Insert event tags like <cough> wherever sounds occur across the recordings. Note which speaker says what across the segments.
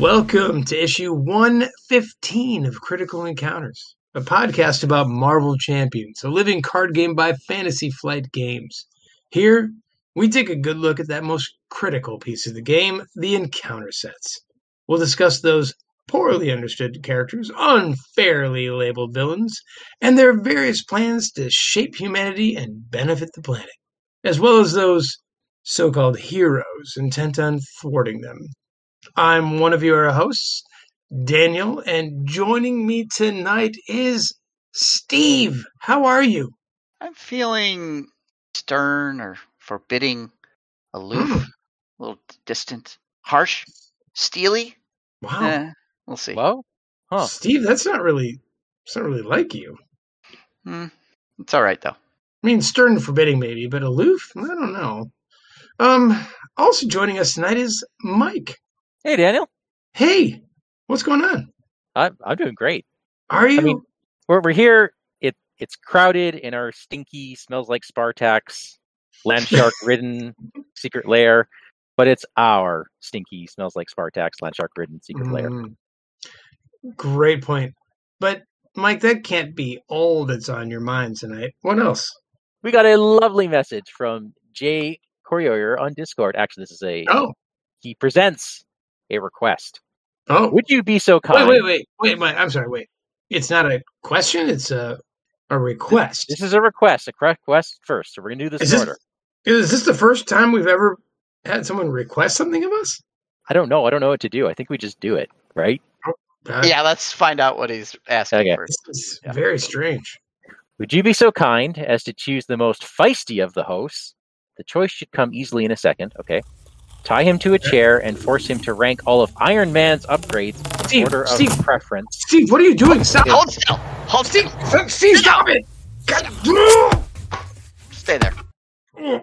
Speaker 1: Welcome to issue 115 of Critical Encounters, a podcast about Marvel Champions, a living card game by Fantasy Flight Games. Here, we take a good look at that most critical piece of the game, the encounter sets. We'll discuss those poorly understood characters, unfairly labeled villains, and their various plans to shape humanity and benefit the planet, as well as those so called heroes intent on thwarting them. I'm one of your hosts, Daniel, and joining me tonight is Steve. How are you?
Speaker 2: I'm feeling stern or forbidding, aloof, a little distant, harsh, steely.
Speaker 1: Wow.
Speaker 2: Eh, we'll see.
Speaker 3: Well, huh.
Speaker 1: Steve, that's not really it's not really like you.
Speaker 2: Hmm. It's all right though.
Speaker 1: I mean stern and forbidding maybe, but aloof? I don't know. Um also joining us tonight is Mike.
Speaker 3: Hey, Daniel.
Speaker 1: Hey, what's going on?
Speaker 3: I'm I'm doing great.
Speaker 1: Are you
Speaker 3: mean- We're we're here. It it's crowded in our stinky, smells like Spartax,
Speaker 1: <laughs>
Speaker 3: land shark ridden secret lair, but it's our stinky, smells like Spartax, land shark ridden secret lair.
Speaker 1: Mm. Great point. But Mike, that can't be all that's on your mind tonight. What else? Mm-hmm.
Speaker 3: We got a lovely message from Jay Corioyer on Discord. Actually, this is a
Speaker 1: Oh,
Speaker 3: he presents a request.
Speaker 1: oh,
Speaker 3: Would you be so
Speaker 1: Wait,
Speaker 3: kind?
Speaker 1: wait, wait, wait, Mike. I'm sorry. Wait, it's not a question. It's a a request.
Speaker 3: This is a request, a request first. So we're gonna do this
Speaker 1: Is
Speaker 3: in
Speaker 1: this-
Speaker 3: order.
Speaker 1: Is this the first time we've ever had someone request something of us?
Speaker 3: I don't know. I don't know what to do. I think we just do it, right?
Speaker 1: Uh,
Speaker 2: Yeah, let's find out what he's asking
Speaker 3: Okay.
Speaker 2: for.
Speaker 1: this is
Speaker 3: Yeah.
Speaker 1: very strange.
Speaker 3: Would you be so kind as to choose the most feisty of the hosts? The choice should come easily in a second, okay? Tie him to a chair and force him to rank all of Iron Man's upgrades in
Speaker 1: Steve,
Speaker 3: order of
Speaker 1: Steve,
Speaker 3: preference.
Speaker 1: Steve, what are you doing? Stop!
Speaker 2: Hold still. Hold still.
Speaker 1: Steve, Steve, stop it! God-
Speaker 2: Stay there.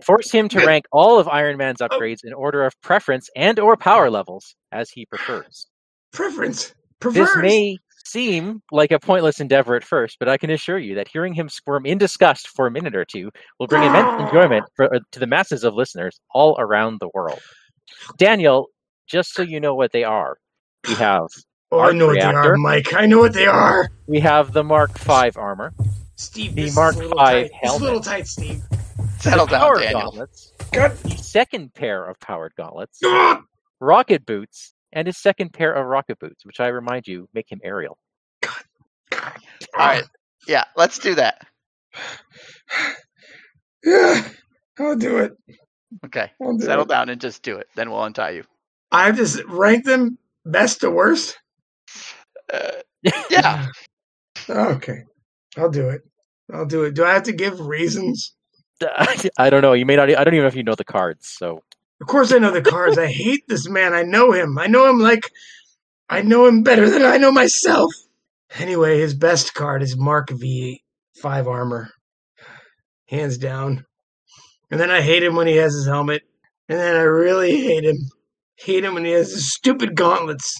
Speaker 3: Force him to
Speaker 1: Yeah.
Speaker 3: rank all of Iron
Speaker 1: Oh.
Speaker 3: Man's upgrades in order of preference and or power levels as he prefers.
Speaker 1: Preference.
Speaker 3: This
Speaker 1: Perverse.
Speaker 3: may seem like a pointless endeavor at first, but I can assure you that hearing him squirm in disgust for a minute or two will bring immense enjoyment for, uh, to the masses of listeners all around the world. Daniel, just so you know what they are, we have
Speaker 1: oh, I know what they
Speaker 3: reactor.
Speaker 1: are, Mike. I know what they are.
Speaker 3: we have the Mark V armor,
Speaker 1: Steve,
Speaker 3: The
Speaker 1: this
Speaker 3: Mark
Speaker 1: is a little
Speaker 3: V
Speaker 1: tight. This is
Speaker 3: helmet.
Speaker 1: a little tight, Steve.
Speaker 2: Settle
Speaker 3: the
Speaker 2: down, Daniel.
Speaker 3: gauntlets,
Speaker 1: God.
Speaker 3: the second pair of powered gauntlets,
Speaker 1: Ah!
Speaker 3: rocket boots, and his second pair of rocket boots, which I remind you make him aerial.
Speaker 1: God.
Speaker 3: <laughs>
Speaker 2: All right. Yeah, let's do that.
Speaker 1: Yeah, I'll do it.
Speaker 2: Okay.
Speaker 1: I'll do
Speaker 2: <laughs> Settle
Speaker 1: it.
Speaker 2: down and just do it. Then we'll untie you.
Speaker 1: I have to s- rank them best to worst.
Speaker 2: Uh, <laughs> yeah.
Speaker 1: Okay. I'll do it. I'll do it. Do I have to give reasons?
Speaker 3: I don't know. You may not. e, I don't even know if you know the cards.
Speaker 2: <laughs>
Speaker 3: So
Speaker 1: Of course I know the cards. I hate this man. I know him. I know him like I know him better than I know myself. Anyway, his best card is Mark V five armor. Hands down. And then I hate him when he has his helmet. And then I really hate him. Hate him when he has his stupid gauntlets.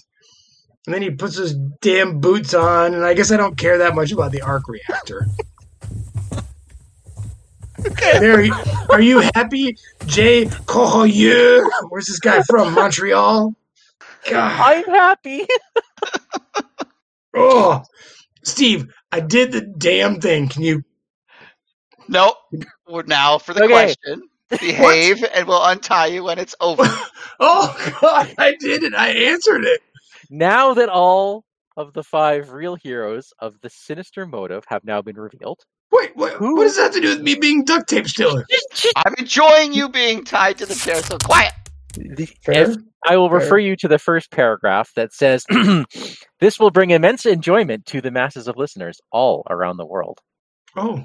Speaker 1: And then he puts those damn boots on, and I guess I don't care that much about the arc reactor. There, he- are you happy, Jay Corrier? Where's this guy from? Montreal. God.
Speaker 3: I'm happy.
Speaker 1: Oh, Steve, I did the damn thing. Can you?
Speaker 2: Nope. We're now for the
Speaker 3: Okay.
Speaker 2: <laughs> question. Behave, and we'll untie you when it's <laughs> over.
Speaker 1: Oh God, I did it. I answered it.
Speaker 3: now that all of the five real heroes of the sinister motive have now been revealed,
Speaker 1: Wait, what? What does that have to do with me being duct tape stealer?
Speaker 2: I'm enjoying you being tied to the chair, so quiet.
Speaker 3: the- if- I will refer you to the first paragraph that says, <clears throat> "This will bring immense enjoyment to the masses of listeners all around the world."
Speaker 1: Oh,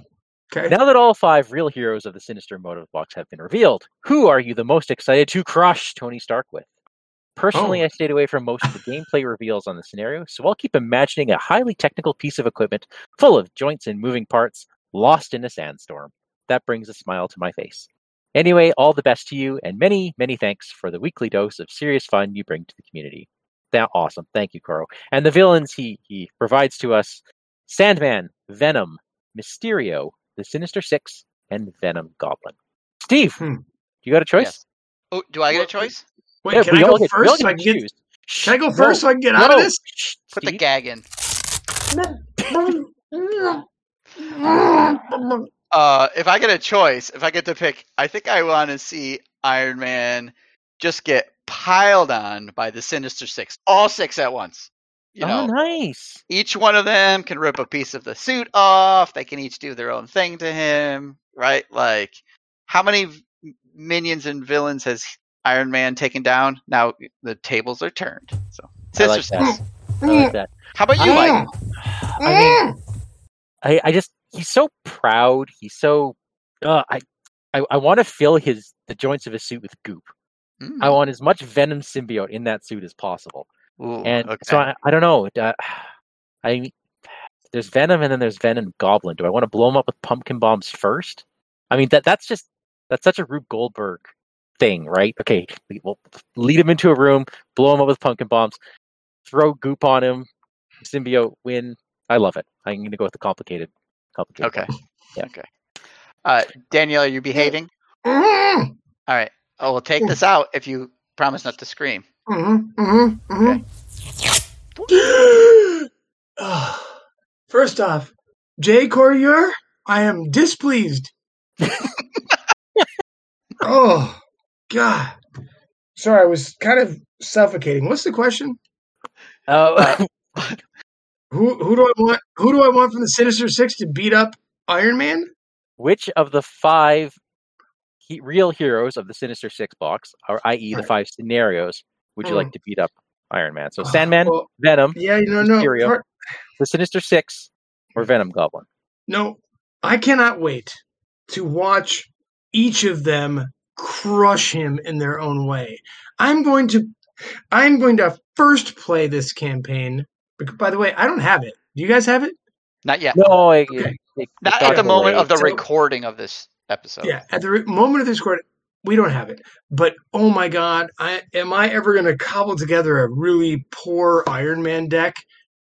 Speaker 1: okay.
Speaker 3: Now that all five real heroes of the sinister motive box have been revealed, who are you the most excited to crush Tony Stark with? Personally,
Speaker 1: Oh.
Speaker 3: I stayed away from most of the gameplay reveals on the scenario, so I'll keep imagining a highly technical piece of equipment full of joints and moving parts lost in a sandstorm. That brings a smile to my face. Anyway, all the best to you, and many, many thanks for the weekly dose of serious fun you bring to the community. That awesome. Thank you, Coro. And the villains he, he provides to us Sandman, Venom, Mysterio, the Sinister Six, and Venom Goblin. Steve,
Speaker 1: Hmm.
Speaker 3: you got a choice?
Speaker 2: Yes. Oh, do I get a
Speaker 1: Well,
Speaker 2: choice?
Speaker 1: Wait,
Speaker 3: Yeah,
Speaker 1: can
Speaker 3: we
Speaker 1: I go
Speaker 3: all get- we all
Speaker 1: first?
Speaker 3: get
Speaker 1: so I
Speaker 3: to
Speaker 1: can get,
Speaker 3: choose.
Speaker 1: Can I go first so I can get out of
Speaker 3: <laughs>
Speaker 1: this? <laughs>
Speaker 3: Shh,
Speaker 2: Put the
Speaker 3: Steve,
Speaker 2: gag in.
Speaker 1: I
Speaker 2: Uh, if I get a choice, if I get to pick, I think I want to see Iron Man just get piled on by the Sinister Six, all six at once. You know,
Speaker 3: oh, nice.
Speaker 2: each one of them can rip a piece of the suit off. They can each do their own thing to him, right? Like, how many v- minions and villains has Iron Man taken down? Now the tables are turned. So,
Speaker 3: I
Speaker 2: Sinister
Speaker 3: like
Speaker 2: Six.
Speaker 3: that. I <laughs> like that.
Speaker 2: How about you, Mike?
Speaker 3: I mean, I, I just he's so proud. He's so uh, I I, I want to fill his the joints of his suit with goop.
Speaker 2: Mm.
Speaker 3: I want as much Venom symbiote in that suit as possible.
Speaker 2: Ooh,
Speaker 3: And
Speaker 2: okay.
Speaker 3: so I, I don't know. Uh, <sighs> I mean, there's Venom and then there's Venom Goblin. Do I want to blow him up with pumpkin bombs first? I mean that that's just that's such a Rube Goldberg thing, right? Okay, we- we'll lead him into a room, blow him up with pumpkin bombs, throw goop on him, symbiote win. I love it. I'm going to go with the complicated. complicated
Speaker 2: okay.
Speaker 3: <laughs> Yeah.
Speaker 2: Okay. Uh, Danielle, are you behaving? All right. I will take this out if you promise not to scream.
Speaker 1: Mm-hmm, <gasps> First off, Jay Courier, I am
Speaker 3: <laughs>
Speaker 1: displeased. oh, God. Sorry, I was kind of suffocating. What's the question?
Speaker 3: Uh,
Speaker 1: Who who do I want? Who do I want from the Sinister Six to beat up Iron Man?
Speaker 3: which of the five he- real heroes of the Sinister Six box, or i.e., the
Speaker 1: Right.
Speaker 3: five scenarios, would you
Speaker 1: Mm. Oh.
Speaker 3: like to beat up Iron Man? So Sandman,
Speaker 1: Well,
Speaker 3: Venom,
Speaker 1: yeah, you know, no,
Speaker 3: Mysterio.
Speaker 1: part-
Speaker 3: the Sinister Six, or
Speaker 1: Mm.
Speaker 3: Venom Goblin.
Speaker 1: no. I cannot wait to watch each of them crush him in their own way. I'm going to, I'm going to first play this campaign. bec- By the way, I don't have it. Do you guys have it?
Speaker 2: Not yet.
Speaker 3: No, it,
Speaker 1: Okay.
Speaker 3: it- it
Speaker 2: Not
Speaker 3: got
Speaker 2: at the moment
Speaker 3: delayed.
Speaker 2: of the
Speaker 1: So-
Speaker 2: recording of this episode.
Speaker 1: Yeah, at the re- moment of this record, we don't have it. But oh my god, I am I ever going to cobble together a really poor Iron Man deck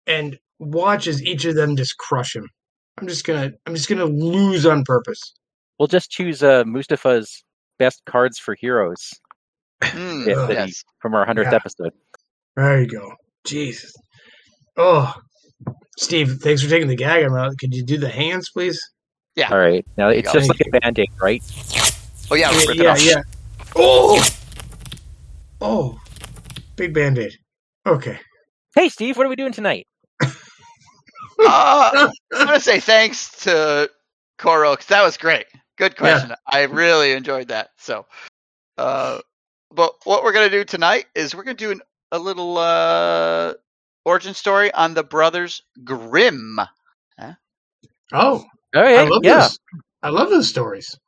Speaker 1: and watch as each of them just crush him? I'm just gonna I'm just gonna lose on purpose.
Speaker 3: We'll just choose uh, Mustafa's best cards for heroes
Speaker 2: Mm,
Speaker 3: Yeah, that
Speaker 2: yes.
Speaker 3: from our hundredth
Speaker 1: Yeah.
Speaker 3: episode.
Speaker 1: There you go. Jesus. Oh, Steve, thanks for taking the gag. I'm out. Could you do the hands, please?
Speaker 3: All right, now it's
Speaker 2: Yeah.
Speaker 3: just
Speaker 1: Thank
Speaker 3: like a band aid, right?
Speaker 2: Oh yeah, <laughs> rip it
Speaker 1: yeah,
Speaker 2: off.
Speaker 1: yeah. Oh, oh, big band aid. Okay.
Speaker 3: Hey, Steve, what are we doing tonight?
Speaker 2: Uh, I'm gonna say thanks to Koro 'cause that was great. Good question. I really enjoyed that. So, uh, but what we're gonna do tonight is we're gonna do an, a little uh, origin story on the brothers Grimm.
Speaker 1: Oh,
Speaker 3: All
Speaker 1: I
Speaker 3: right,
Speaker 1: love
Speaker 3: yeah,
Speaker 1: those. I love those stories.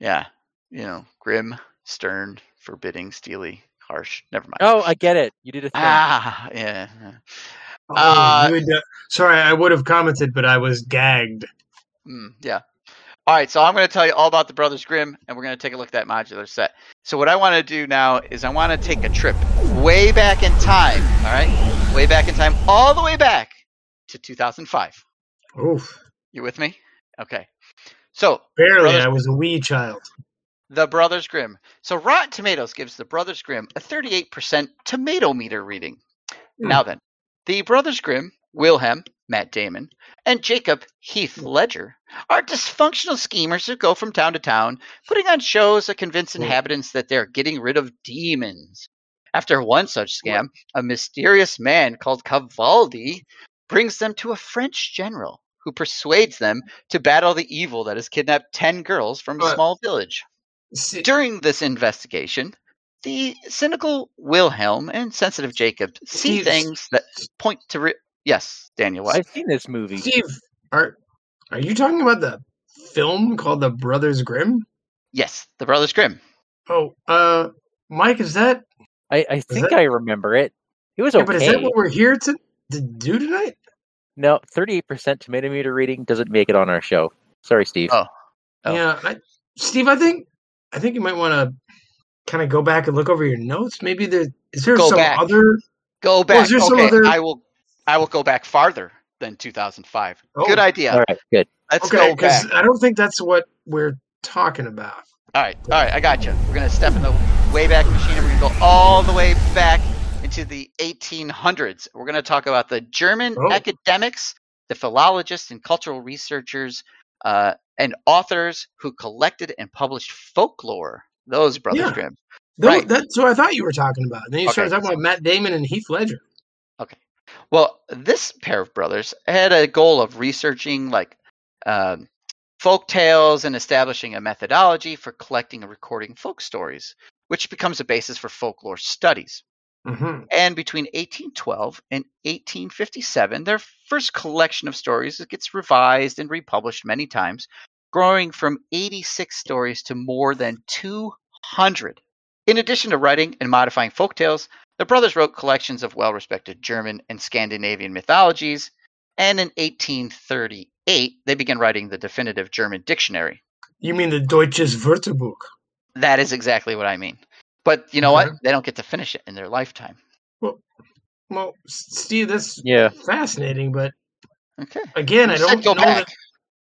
Speaker 2: Yeah, you know, grim, stern, forbidding, steely, harsh. Never mind. <laughs>
Speaker 3: Oh, I get it. You did a thing.
Speaker 2: ah, yeah.
Speaker 1: Oh,
Speaker 2: Uh,
Speaker 1: you had, uh, sorry, I would have commented, but I was gagged.
Speaker 2: Mm, yeah. All right, so I'm going to tell you all about the Brothers Grimm, and we're going to take a look at that modular set. So what I want to do now is I want to take a trip way back in time. All right, way back in time, all the way back to 2005.
Speaker 1: Oof.
Speaker 2: You with me? Okay. So
Speaker 1: Barely,
Speaker 2: Brothers-
Speaker 1: I was a wee child.
Speaker 2: the Brothers Grimm. So Rotten Tomatoes gives the Brothers Grimm a 38% tomato meter reading.
Speaker 1: Hmm.
Speaker 2: Now then, the Brothers Grimm, Wilhelm, Matt Damon, and Jacob
Speaker 1: Hmm.
Speaker 2: Heath Ledger are dysfunctional schemers who go from town to town, putting on shows that convince
Speaker 1: Hmm.
Speaker 2: inhabitants that they're getting rid of demons. After one such scam, a mysterious man called Cavaldi brings them to a French general who persuades them
Speaker 1: Hmm.
Speaker 2: to battle the evil that has kidnapped 10 girls from a
Speaker 1: Uh,
Speaker 2: small village.
Speaker 1: See,
Speaker 2: During this investigation, the cynical Wilhelm and sensitive Jacob see
Speaker 1: Steve-
Speaker 2: things that point to. Re- yes, Daniel. What?
Speaker 3: I've seen this movie.
Speaker 1: Steve, are are you talking about the film called The Brothers Grimm?
Speaker 2: Yes, the Brothers Grimm.
Speaker 1: Oh, uh, Mike, is that
Speaker 3: I, I think
Speaker 1: that-
Speaker 3: I remember it. It was
Speaker 1: yeah, but is that
Speaker 3: okay.
Speaker 1: what we're here to, to do tonight?
Speaker 3: No, thirty-eight percent tomato meter reading doesn't make it on our show. Sorry, Steve.
Speaker 2: Oh. Oh.
Speaker 1: Yeah, I, Steve, I think I think you might want to kind of go back and look over your notes. Maybe there is there
Speaker 2: Go
Speaker 1: some
Speaker 2: back.
Speaker 1: other.
Speaker 2: Go
Speaker 1: Well,
Speaker 2: back.
Speaker 1: is there some
Speaker 2: okay,
Speaker 1: other-
Speaker 2: I will. I will go back farther than 2005.
Speaker 1: Oh.
Speaker 2: Good idea.
Speaker 3: All right, good.
Speaker 2: Let's
Speaker 1: okay,
Speaker 2: go back.
Speaker 1: I don't think that's what we're talking about.
Speaker 2: All right, all right, I got you. We're gonna step in the way back machine, and we're gonna go all the way back into the 1800s. We're going to talk about the German
Speaker 1: Oh.
Speaker 2: academics, the philologists and cultural researchers, uh, and authors who collected and published folklore. Those brothers
Speaker 1: Yeah.
Speaker 2: Grimm.
Speaker 1: Tho-
Speaker 2: Right.
Speaker 1: That's what I thought you were talking about. And then you started
Speaker 2: Okay.
Speaker 1: talking about Matt Damon and Heath Ledger.
Speaker 2: Well, this pair of brothers had a goal of researching like um, folk tales and establishing a methodology for collecting and recording folk stories, which becomes a basis for folklore studies.
Speaker 1: Mm-hmm.
Speaker 2: And between 1812 and 1857, their first collection of stories gets revised and republished many times, growing from 86 stories to more than 200. In addition to writing and modifying folk tales, the brothers wrote collections of well respected German and Scandinavian mythologies, and in 1838, they began writing the definitive German dictionary.
Speaker 1: You mean the Deutsches Wörterbuch?
Speaker 2: That is exactly what I mean. But you know
Speaker 1: Okay.
Speaker 2: what? They don't get to finish it in their lifetime.
Speaker 1: Well, S- Steve, that's
Speaker 3: Yeah.
Speaker 1: fascinating, but
Speaker 2: Okay.
Speaker 1: again,
Speaker 2: You
Speaker 1: I don't
Speaker 2: said go
Speaker 1: know
Speaker 2: back.
Speaker 1: that.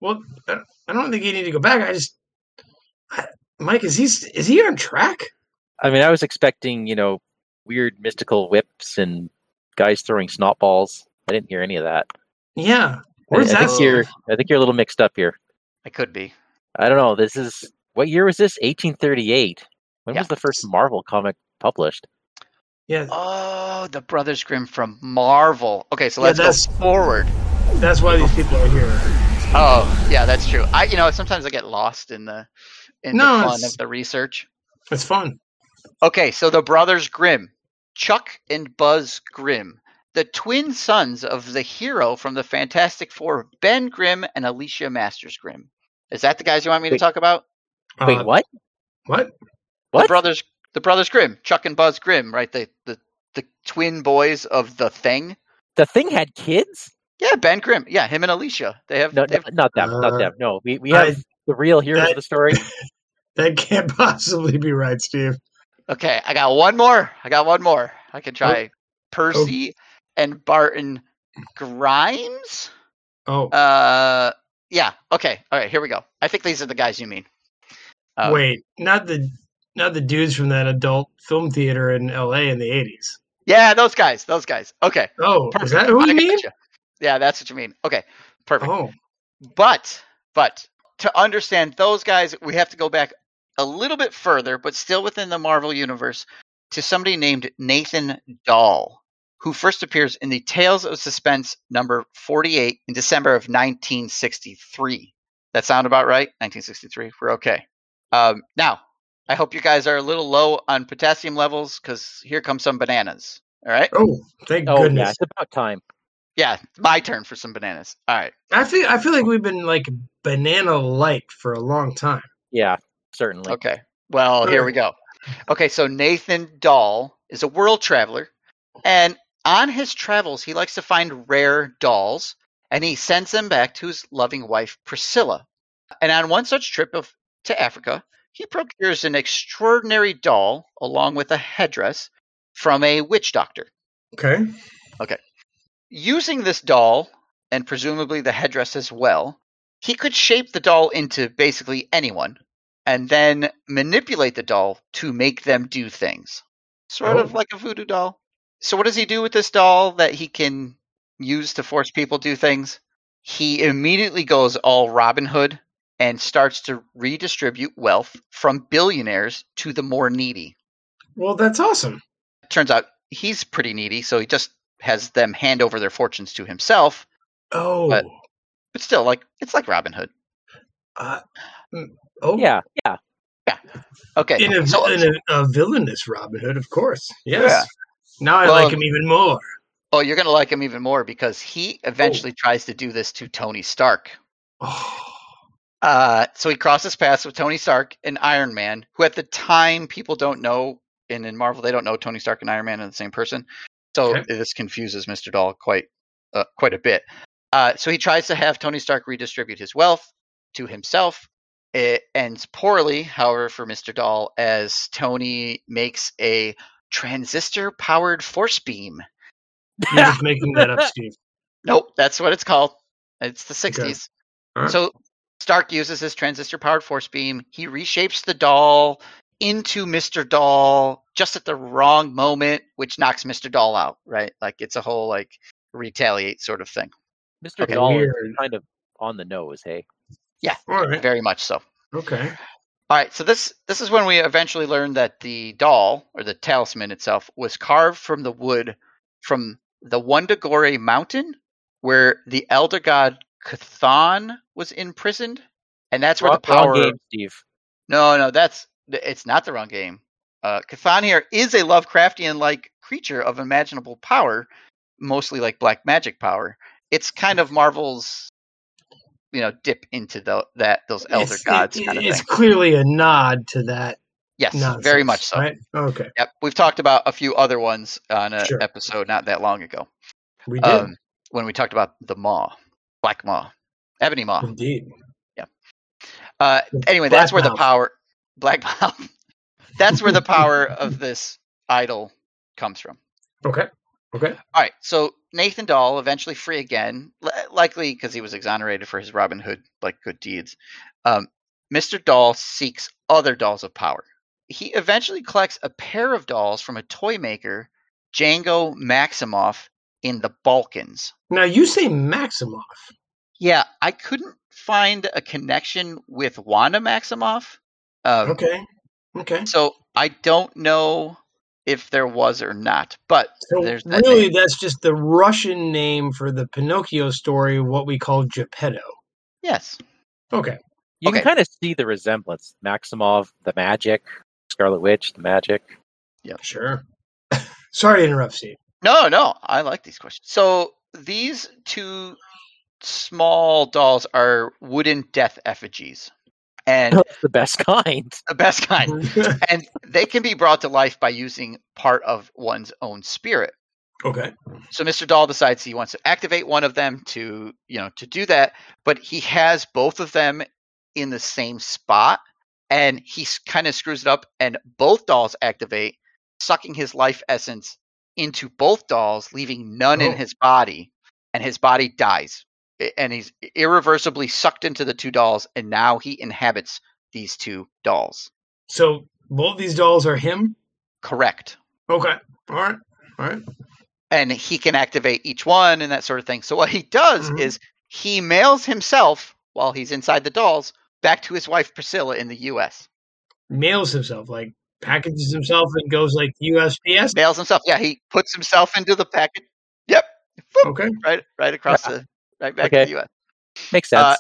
Speaker 1: Well, I I don't think you need to go back. I just, I, Mike, is he s- is he on track?
Speaker 3: I mean, I was expecting, you know, weird mystical whips and guys throwing snot balls. I didn't hear any of that.
Speaker 1: Yeah.
Speaker 3: I-
Speaker 1: Where's
Speaker 3: I,
Speaker 1: that?
Speaker 3: think you're, I think you're a little mixed up here.
Speaker 2: I could be.
Speaker 3: I don't know. This is what year was this? 1838. When
Speaker 2: Yeah.
Speaker 3: was the first Marvel comic published?
Speaker 1: Yeah,
Speaker 2: Oh, the Brothers Grimm from Marvel. Okay, so
Speaker 1: Yeah,
Speaker 2: let's
Speaker 1: that's-
Speaker 2: go forward.
Speaker 1: that's why these people are here.
Speaker 2: Oh, yeah, that's true. I, you know, sometimes I get lost in the in
Speaker 1: No,
Speaker 2: the fun
Speaker 1: it's-
Speaker 2: of the research.
Speaker 1: It's fun.
Speaker 2: Okay, so the Brothers Grimm, Chuck and Buzz Grimm, the twin sons of the hero from the Fantastic Four, Ben Grimm and Alicia Masters Grimm. Is that the guys you want me to
Speaker 3: Wait.
Speaker 2: talk about?
Speaker 3: Wait,
Speaker 1: Uh,
Speaker 3: what?
Speaker 1: What?
Speaker 2: The
Speaker 3: What?
Speaker 2: brothers, the brothers Grimm, Chuck and Buzz Grimm, right? The the the twin boys of the Thing.
Speaker 3: the thing had kids?
Speaker 2: Yeah, Ben Grimm. Yeah, him and Alicia. They have.
Speaker 3: No,
Speaker 2: they
Speaker 3: no
Speaker 2: have
Speaker 3: not them.
Speaker 1: Uh,
Speaker 3: not them. No, we, we
Speaker 1: I-
Speaker 3: have the real heroes
Speaker 1: that-
Speaker 3: of
Speaker 1: <laughs>
Speaker 3: the story.
Speaker 1: That can't <laughs> possibly be right, Steve.
Speaker 2: Okay, I got one more. I got one more. I can try Percy and Barton Grimes.
Speaker 1: Oh,
Speaker 2: Uh, yeah. Okay. All right. Here we go. I think these are the guys you mean. Uh,
Speaker 1: wait, not the not the dudes from that adult film theater in L.A. in the '80s.
Speaker 2: Yeah, those guys. Those guys. Okay.
Speaker 1: Oh,
Speaker 2: Perfect.
Speaker 1: is that who you
Speaker 2: I got
Speaker 1: mean?
Speaker 2: you. Yeah, that's what you mean. Okay. Perfect.
Speaker 1: Oh,
Speaker 2: But but to understand those guys, we have to go back a little bit further, but still within the Marvel universe, to somebody named Nathan Dahl, who first appears in the Tales of Suspense number 48 in December of 1963. That sound about right? 1963. We're okay. Um, now, I hope you guys are a little low on potassium levels because here come some bananas. All right.
Speaker 1: oh, thank
Speaker 3: Oh yeah,
Speaker 1: goodness.
Speaker 3: it's about time.
Speaker 2: Yeah, my turn for some bananas. All right.
Speaker 1: I feel I feel like we've been like banana light for a long time.
Speaker 3: Yeah, certainly.
Speaker 2: Okay. Well, here we go. Okay, so Nathan Dahl is a world traveler, and on his travels, he likes to find rare dolls, and he sends them back to his loving wife Priscilla. And on one such trip of, to Africa, he procures an extraordinary doll along with a headdress from a witch doctor.
Speaker 1: Okay.
Speaker 2: Using this doll, and presumably the headdress as well, he could shape the doll into basically anyone and then manipulate the doll to make them do things. Sort of
Speaker 1: Oh.
Speaker 2: like a voodoo doll. So, what does he do with this doll that he can use to force people to do things? He immediately goes all Robin Hood and starts to redistribute wealth from billionaires to the more needy
Speaker 1: Well, that's awesome.
Speaker 2: turns out he's pretty needy, so he just has them hand over their fortunes to himself.
Speaker 1: Oh,
Speaker 2: But- But still, like it's like Robin Hood.
Speaker 1: uh, mm, oh,
Speaker 3: Yeah, yeah.
Speaker 2: Okay,
Speaker 1: In a,
Speaker 2: so-
Speaker 1: in a, a villainous Robin Hood, of course. Yes.
Speaker 2: Yeah.
Speaker 1: Now I
Speaker 2: Well-
Speaker 1: like him even more.
Speaker 2: oh, you're gonna like him even more because he eventually tries to do this to Tony Stark.
Speaker 1: Oh,
Speaker 2: Uh, so he crosses paths with Tony Stark and Iron Man, who at the time people don't know, and in Marvel they don't know Tony Stark and Iron Man are the same person. So
Speaker 1: Okay.
Speaker 2: this confuses Mister Doll quite uh, quite a bit. Uh, so he tries to have Tony Stark redistribute his wealth to himself. It ends poorly, however, for Mister Doll as Tony makes a transistor powered force beam.
Speaker 1: you're just making that
Speaker 2: <laughs>
Speaker 1: up, Steve.
Speaker 2: Nope, that's what it's called. It's the 60s.
Speaker 1: Alright.
Speaker 2: So Stark uses his transistor powered force beam. He reshapes the doll into Mr. Doll just at the wrong moment, which knocks Mr. Doll out, right? Like it's a whole like retaliate sort of thing.
Speaker 3: Mr.
Speaker 1: Okay,
Speaker 3: Doll is
Speaker 1: weird.
Speaker 3: kind of on the nose, hey?
Speaker 1: All right.
Speaker 2: Very much so.
Speaker 1: Okay.
Speaker 2: All right, so this this is when we eventually learned that the doll or the talisman itself was carved from the wood from the Wundagore Mountain, where the elder god Cthon was imprisoned, and that's where
Speaker 3: wrong,
Speaker 2: the power.
Speaker 3: wrong game, Steve.
Speaker 2: No, no, that's it's not the wrong game. Uh, Cthon here is a Lovecraftian-like creature of imaginable power, mostly like black magic power. It's kind of Marvel's, you know, dip into the, that those elder
Speaker 1: It's- it-
Speaker 2: gods
Speaker 1: it-
Speaker 2: kind of
Speaker 1: it's
Speaker 2: thing.
Speaker 1: clearly a nod to that.
Speaker 2: Yes,
Speaker 1: Nonsense,
Speaker 2: very much so.
Speaker 1: Right? Okay.
Speaker 2: Yep, we've talked about a few other ones on an
Speaker 1: Sure.
Speaker 2: episode not that long ago.
Speaker 1: We did.
Speaker 2: Um, when we talked about the maw, black maw, ebony maw.
Speaker 1: Indeed.
Speaker 2: Uh, anyway,
Speaker 1: Black
Speaker 2: that's where
Speaker 1: mouth.
Speaker 2: the power, black mouth. <laughs> that's where the power
Speaker 1: <laughs>
Speaker 2: of this idol comes from.
Speaker 1: Okay. Okay.
Speaker 2: All right, so Nathan Dahl eventually free again, li- likely because he was exonerated for his Robin Hood like good deeds. Um, Mr. Dahl seeks other dolls of power. He eventually collects a pair of dolls from a toy maker, Django Maximoff, in the Balkans.
Speaker 1: Now you say Maximoff.
Speaker 2: Yeah, I couldn't find a connection with Wanda Maximoff, um,
Speaker 1: Okay. Okay.
Speaker 2: so I don't know if there was or not. But
Speaker 1: So
Speaker 2: there's that
Speaker 1: really,
Speaker 2: name.
Speaker 1: that's just the Russian name for the Pinocchio story, what we call Geppetto.
Speaker 2: yes,
Speaker 1: Okay.
Speaker 3: You
Speaker 2: Okay.
Speaker 3: can kind of see the resemblance. Maximov, the magic, Scarlet Witch, the magic. <laughs>
Speaker 1: Sure. <laughs> Sorry to interrupt, Steve.
Speaker 2: No, no, I like these questions. So these two small dolls are wooden death effigies,
Speaker 3: <laughs>
Speaker 2: and
Speaker 3: That's the best kind.
Speaker 2: the best
Speaker 1: Mm-hmm.
Speaker 2: kind. And they can be brought to life by using part of one's own spirit.
Speaker 1: <laughs> okay.
Speaker 2: So Mr. Doll decides he wants to activate one of them to, you know, to do that, but he has both of them in the same spot and he kind of screws it up and both dolls activate, sucking his life essence into both dolls, leaving none in
Speaker 1: Oh.
Speaker 2: his body, and his body dies. I- And he's irreversibly sucked into the two dolls and now he inhabits these two dolls.
Speaker 1: So both these dolls are him.
Speaker 2: Correct.
Speaker 1: Okay. All right. All right.
Speaker 2: and he can activate each one and that sort of thing. So what he does
Speaker 1: Mhm.
Speaker 2: is he mails himself while he's inside the dolls back to his wife Priscilla in the U.S.
Speaker 1: Mails himself, like packages himself, and goes like USPS.
Speaker 2: Mails himself. Yeah, he puts himself into the packet. Yep, Boop,
Speaker 1: Okay.
Speaker 2: right, right across the right back to
Speaker 3: Okay.
Speaker 2: the U.S.
Speaker 3: Makes sense.
Speaker 2: Uh,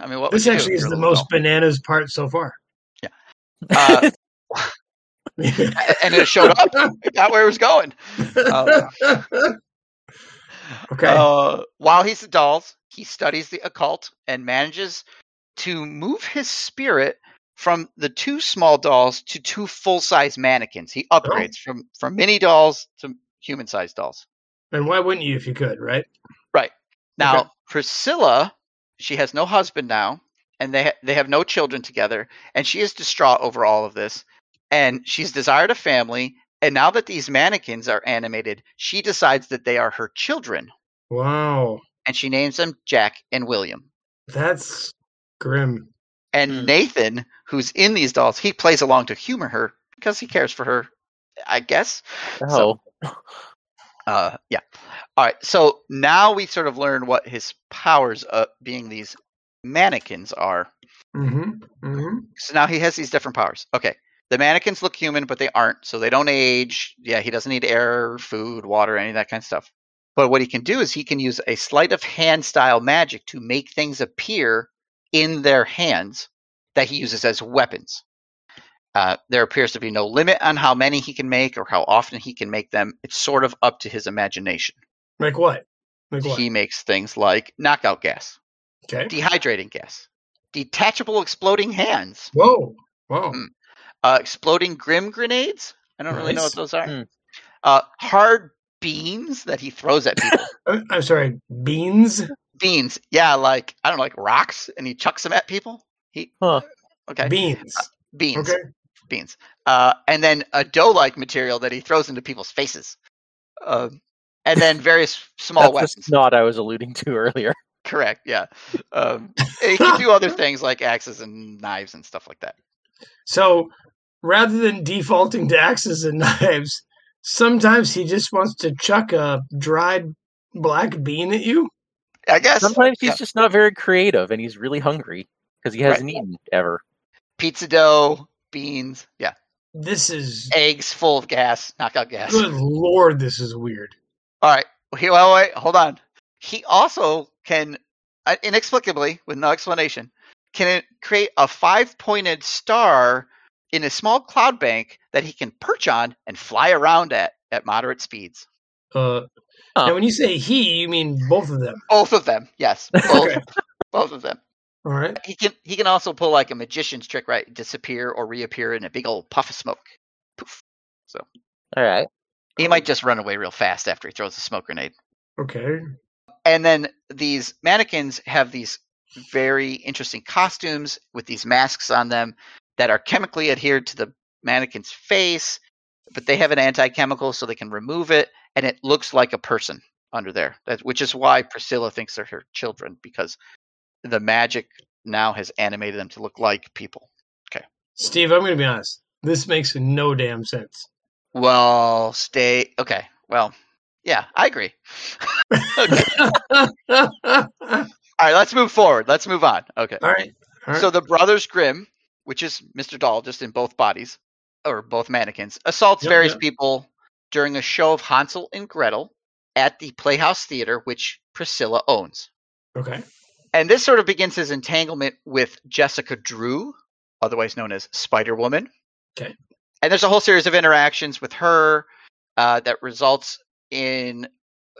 Speaker 2: I mean, what
Speaker 1: This
Speaker 2: would you do
Speaker 1: actually
Speaker 2: if
Speaker 1: is
Speaker 2: Oh, you're a
Speaker 1: the
Speaker 2: little
Speaker 1: most bananas part so far.
Speaker 2: <laughs> doll?
Speaker 3: <laughs>
Speaker 2: Uh, Oh, and it showed up. It got where it was going.
Speaker 1: <laughs> okay.
Speaker 2: Uh, while he's the dolls, he studies the occult and manages to move his spirit from the two small dolls to two full-size mannequins. He upgrades from from mini dolls to human-sized dolls.
Speaker 1: and why wouldn't you if you could, right?
Speaker 2: Now, Priscilla, she has no husband now, and they ha- they have no children together, and she is distraught over all of this, and she's desired a family. And now that these mannequins are animated, she decides that they are her children,
Speaker 1: Wow.
Speaker 2: and she names them Jack and William.
Speaker 1: That's grim.
Speaker 2: And
Speaker 3: Mm.
Speaker 2: Nathan, who's in these dolls, he plays along to humor her because he cares for her, I guess.
Speaker 3: oh,
Speaker 2: Uh, yeah. All right. So now we sort of learn what his powers, uh, being these mannequins, are.
Speaker 1: hmm hmm
Speaker 2: So now he has these different powers. Okay. The mannequins look human, but they aren't. So they don't age. Yeah, he doesn't need air, food, water, any of that kind of stuff. But what he can do is he can use a sleight of hand style magic to make things appear in their hands that he uses as weapons. Uh, there appears to be no limit on how many he can make or how often he can make them. It's sort of up to his imagination.
Speaker 1: Like what? Like what?
Speaker 2: He makes things like knockout gas,
Speaker 1: okay.
Speaker 2: dehydrating gas, detachable exploding hands,
Speaker 1: Whoa. Whoa.
Speaker 2: Mm. uh, exploding grim grenades. I don't really know
Speaker 1: Nice.
Speaker 2: what those are.
Speaker 3: Hmm.
Speaker 2: Uh, hard beans that he throws at
Speaker 3: <laughs>
Speaker 2: people.
Speaker 1: Uh, I'm sorry. Beans.
Speaker 2: beans, yeah, like I don't know, like rocks, and he chucks them at people. He
Speaker 3: Huh.
Speaker 2: okay,
Speaker 1: Beans.
Speaker 2: beans,
Speaker 1: Okay.
Speaker 2: beans, uh, and then a dough-like material that he throws into people's faces, Um and then various small
Speaker 3: that's the
Speaker 2: weapons.
Speaker 3: snot I was alluding to <laughs> earlier.
Speaker 2: Correct, yeah.
Speaker 3: <laughs>
Speaker 2: Um, and he can do other things like axes and knives and stuff like that.
Speaker 1: So rather than defaulting to axes and <laughs> knives, sometimes he just wants to chuck a dried black bean at you.
Speaker 2: I guess
Speaker 3: Sometimes he's
Speaker 2: Yeah.
Speaker 3: just not very creative and he's really hungry because he hasn't eaten ever.
Speaker 2: pizza dough, beans, yeah,
Speaker 1: This is
Speaker 2: eggs full of gas, knockout gas.
Speaker 1: good lord, this is weird.
Speaker 2: All right. He, well, wait, hold on. He also can, uh, inexplicably, with no explanation, can create a five-pointed star in a small cloud bank that he can perch on and fly around at at moderate speeds.
Speaker 1: Uh
Speaker 3: Huh.
Speaker 1: now when you say he, you mean both of them.
Speaker 2: Both of them, yes, both,
Speaker 1: Okay.
Speaker 2: both of them.
Speaker 1: All right.
Speaker 2: He can he can also pull like a magician's trick, right? Disappear or reappear in a big old puff of smoke.
Speaker 3: All right.
Speaker 2: He might just run away real fast after he throws the smoke grenade.
Speaker 1: Okay.
Speaker 2: and then these mannequins have these very interesting costumes with these masks on them that are chemically adhered to the mannequin's face but they have an anti-chemical so they can remove it and it looks like a person under there that, which is why priscilla thinks they're her children because the magic now has animated them to look like people
Speaker 1: Steve, I'm gonna be honest. This makes no damn sense. <laughs>
Speaker 2: well stay okay well yeah i agree <laughs> okay.
Speaker 1: All
Speaker 2: all right let's move forward let's move on okay
Speaker 1: right. All right.
Speaker 2: So the brothers Grimm, which is Mr. Doll just in both bodies or both mannequins, assaults
Speaker 1: Yep,
Speaker 2: various
Speaker 1: yep.
Speaker 2: people during a show of Hansel and Gretel at the Playhouse Theater, which Priscilla owns.
Speaker 1: okay.
Speaker 2: And this sort of begins his entanglement with Jessica Drew, otherwise known as Spider Woman.
Speaker 1: Okay.
Speaker 2: And there's a whole series of interactions with her uh, that results in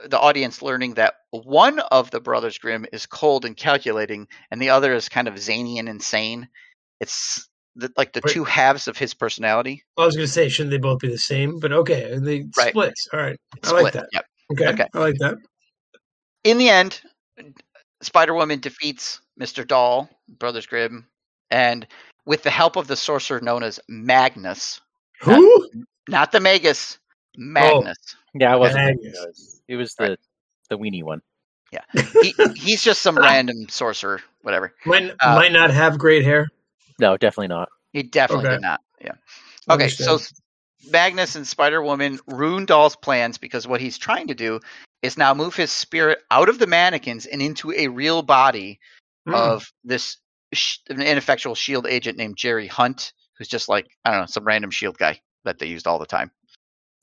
Speaker 2: the audience learning that one of the brothers Grimm is cold and calculating, and the other is kind of zany and insane. It's the, like the
Speaker 1: Wait.
Speaker 2: two halves of his personality.
Speaker 1: I was gonna say, shouldn't they both be the same? But okay, they
Speaker 2: Right.
Speaker 1: splits. All right. I
Speaker 2: Split.
Speaker 1: like that.
Speaker 2: Yep.
Speaker 1: Okay.
Speaker 2: Okay.
Speaker 1: I like that.
Speaker 2: in the end, Spider Woman defeats Mr. Doll, Brothers Grimm, and with the help of the sorcerer known as Magnus,
Speaker 1: Who?
Speaker 2: not the Magus, Magnus.
Speaker 3: Yeah, it wasn't.
Speaker 1: Magnus.
Speaker 3: It was, it was the the weenie one.
Speaker 2: He, he's just some random sorcerer, whatever.
Speaker 1: Might
Speaker 2: Uh,
Speaker 1: might not have great hair.
Speaker 3: No, definitely not.
Speaker 2: He definitely
Speaker 1: Okay.
Speaker 2: did not. Yeah. Okay, so
Speaker 1: Understand.
Speaker 2: Magnus and Spider Woman ruin Doll's plans because what he's trying to do is now move his spirit out of the mannequins and into a real body
Speaker 1: Mm.
Speaker 2: of this sh- an ineffectual shield agent named Jerry Hunt, who's just like I don't know some random shield guy that they used all the time.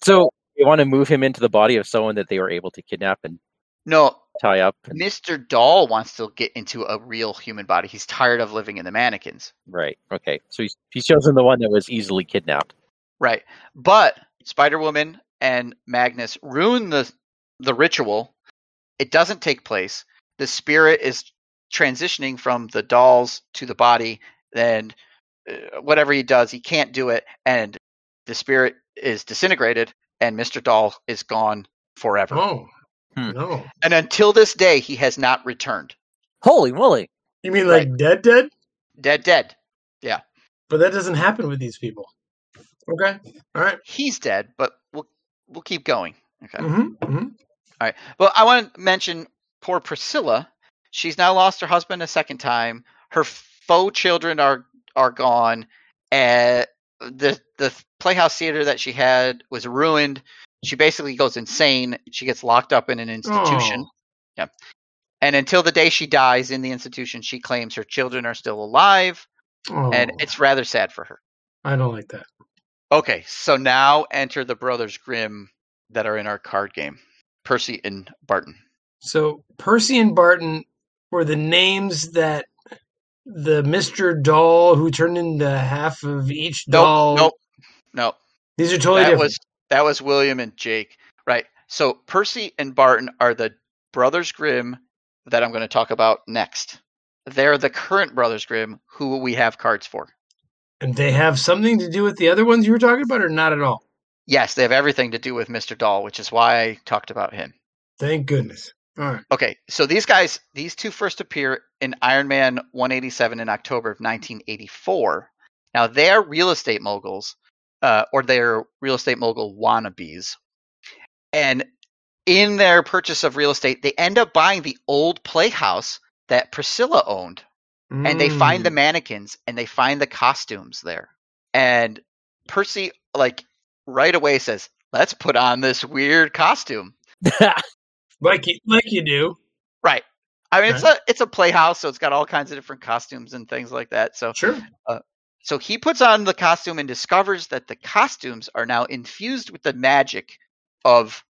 Speaker 3: So they want to move him into the body of someone that they were able to kidnap and
Speaker 2: No,
Speaker 3: tie up. and-
Speaker 2: Mr. Doll wants to get into a real human body. He's tired of living in the mannequins,
Speaker 3: right. Okay. So he's, he's chosen the one that was easily kidnapped.
Speaker 2: right? But Spider Woman and Magnus ruin the the ritual. It doesn't take place. The spirit is transitioning from the dolls to the body, and uh, whatever he does, he can't do it, and the spirit is disintegrated, and Mr. Doll is gone forever.
Speaker 1: Oh.
Speaker 3: Hmm.
Speaker 1: No.
Speaker 2: And until this day, he has not returned.
Speaker 3: Holy moly!
Speaker 1: You mean like dead dead?
Speaker 2: Dead, dead.
Speaker 1: But that doesn't happen with these people. Okay. All right.
Speaker 2: He's dead, but we'll we'll keep going. Okay.
Speaker 1: Mm-hmm. hmm
Speaker 2: Well, I want to mention poor Priscilla. She's now lost her husband a second time. Her faux children are are gone. Uh, the the playhouse theater that she had was ruined. She basically goes insane. She gets locked up in an institution.
Speaker 1: Oh.
Speaker 2: Yeah. And until the day she dies in the institution, she claims her children are still alive,
Speaker 1: Oh,
Speaker 2: and it's rather sad for her.
Speaker 1: I don't like that.
Speaker 2: Okay, so now enter the brothers Grimm that are in our card game, Percy and Barton.
Speaker 1: So Percy and Barton were the names that the Mister Doll who turned into half of each doll.
Speaker 2: Nope, nope, nope.
Speaker 1: These are totally
Speaker 2: that
Speaker 1: different.
Speaker 2: was that was William and Jake, right? So Percy and Barton are the brothers Grimm that I'm going to talk about next. They're the current brothers Grimm who we have cards for.
Speaker 1: and they have something to do with the other ones you were talking about, or not at all?
Speaker 2: Yes, they have everything to do with Mr. Doll, which is why I talked about him.
Speaker 1: Thank goodness. All right.
Speaker 2: Okay, so these guys, these two first appear in Iron Man 187 in October of 1984. Now they are real estate moguls, uh, or they're real estate mogul wannabes, and in their purchase of real estate, they end up buying the old playhouse that Priscilla owned, and they find the
Speaker 1: Mm.
Speaker 2: mannequins and they find the costumes there, and Percy like right away says, "Let's put on this weird costume."
Speaker 1: like you, like you do.
Speaker 2: Right. I mean, it's a it's a playhouse, so it's got all kinds of different costumes and things like that. So
Speaker 1: Sure.
Speaker 2: so he puts on the costume and discovers that the costumes are now infused with the magic of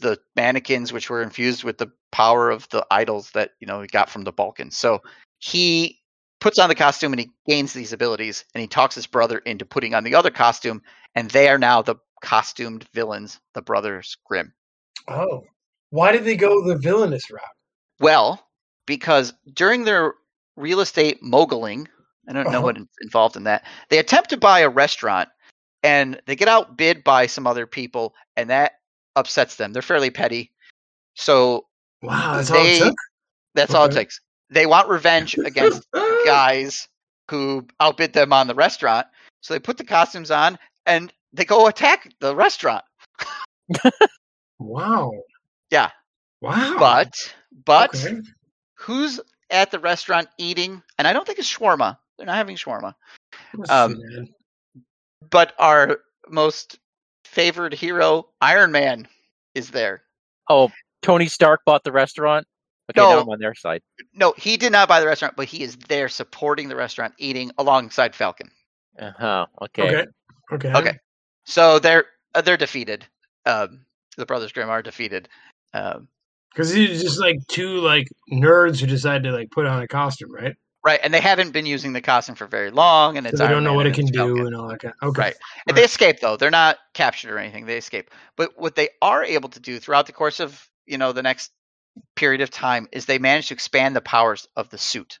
Speaker 2: the mannequins, which were infused with the power of the idols that you know he got from the Balkans. So he puts on the costume and he gains these abilities, and he talks his brother into putting on the other costume, and they are now the costumed villains, the brothers Grimm.
Speaker 1: Oh, why did they go the villainous route?
Speaker 2: Well, because during their real estate moguling, I don't know
Speaker 1: Uh-huh.
Speaker 2: what is involved in that, they attempt to buy a restaurant and they get outbid by some other people, and that upsets them. They're fairly petty. So
Speaker 1: Wow, that's
Speaker 2: They-
Speaker 1: all it
Speaker 2: that's all it
Speaker 1: Okay.
Speaker 2: takes. They want revenge
Speaker 1: took. <laughs>
Speaker 2: against guys who outbid them on the restaurant. So they put the costumes on and they go attack the restaurant.
Speaker 1: Wow.
Speaker 2: Yeah.
Speaker 1: Wow.
Speaker 2: But, but
Speaker 1: Okay.
Speaker 2: who's at the restaurant eating? And I don't think it's shawarma. They're not having shawarma.
Speaker 1: Let's
Speaker 2: um,
Speaker 1: see, man.
Speaker 2: but our most favored hero, Iron Man, is there.
Speaker 3: Oh, Tony Stark bought the restaurant. Okay,
Speaker 2: No.
Speaker 3: now I'm on their side.
Speaker 2: No, he did not buy the restaurant, but he is there supporting the restaurant, eating alongside Falcon.
Speaker 3: Uh huh. Okay.
Speaker 1: okay. Okay.
Speaker 2: Okay. So they're uh, they're defeated. Um, the Brothers Grimm are defeated. Um,
Speaker 1: Because these are just like two like nerds who decide to like put on a costume, right?
Speaker 2: right, and they haven't been using the costume for very long, and
Speaker 1: So
Speaker 2: it's
Speaker 1: they
Speaker 2: Iron
Speaker 1: don't know
Speaker 2: Man
Speaker 1: what it
Speaker 2: and
Speaker 1: can
Speaker 2: it's Falcon.
Speaker 1: do and all that kind. Okay.
Speaker 2: Right. And
Speaker 1: Right.
Speaker 2: They escape though; they're not captured or anything. They escape. But what they are able to do throughout the course of you know the next period of time is they manage to expand the powers of the suit.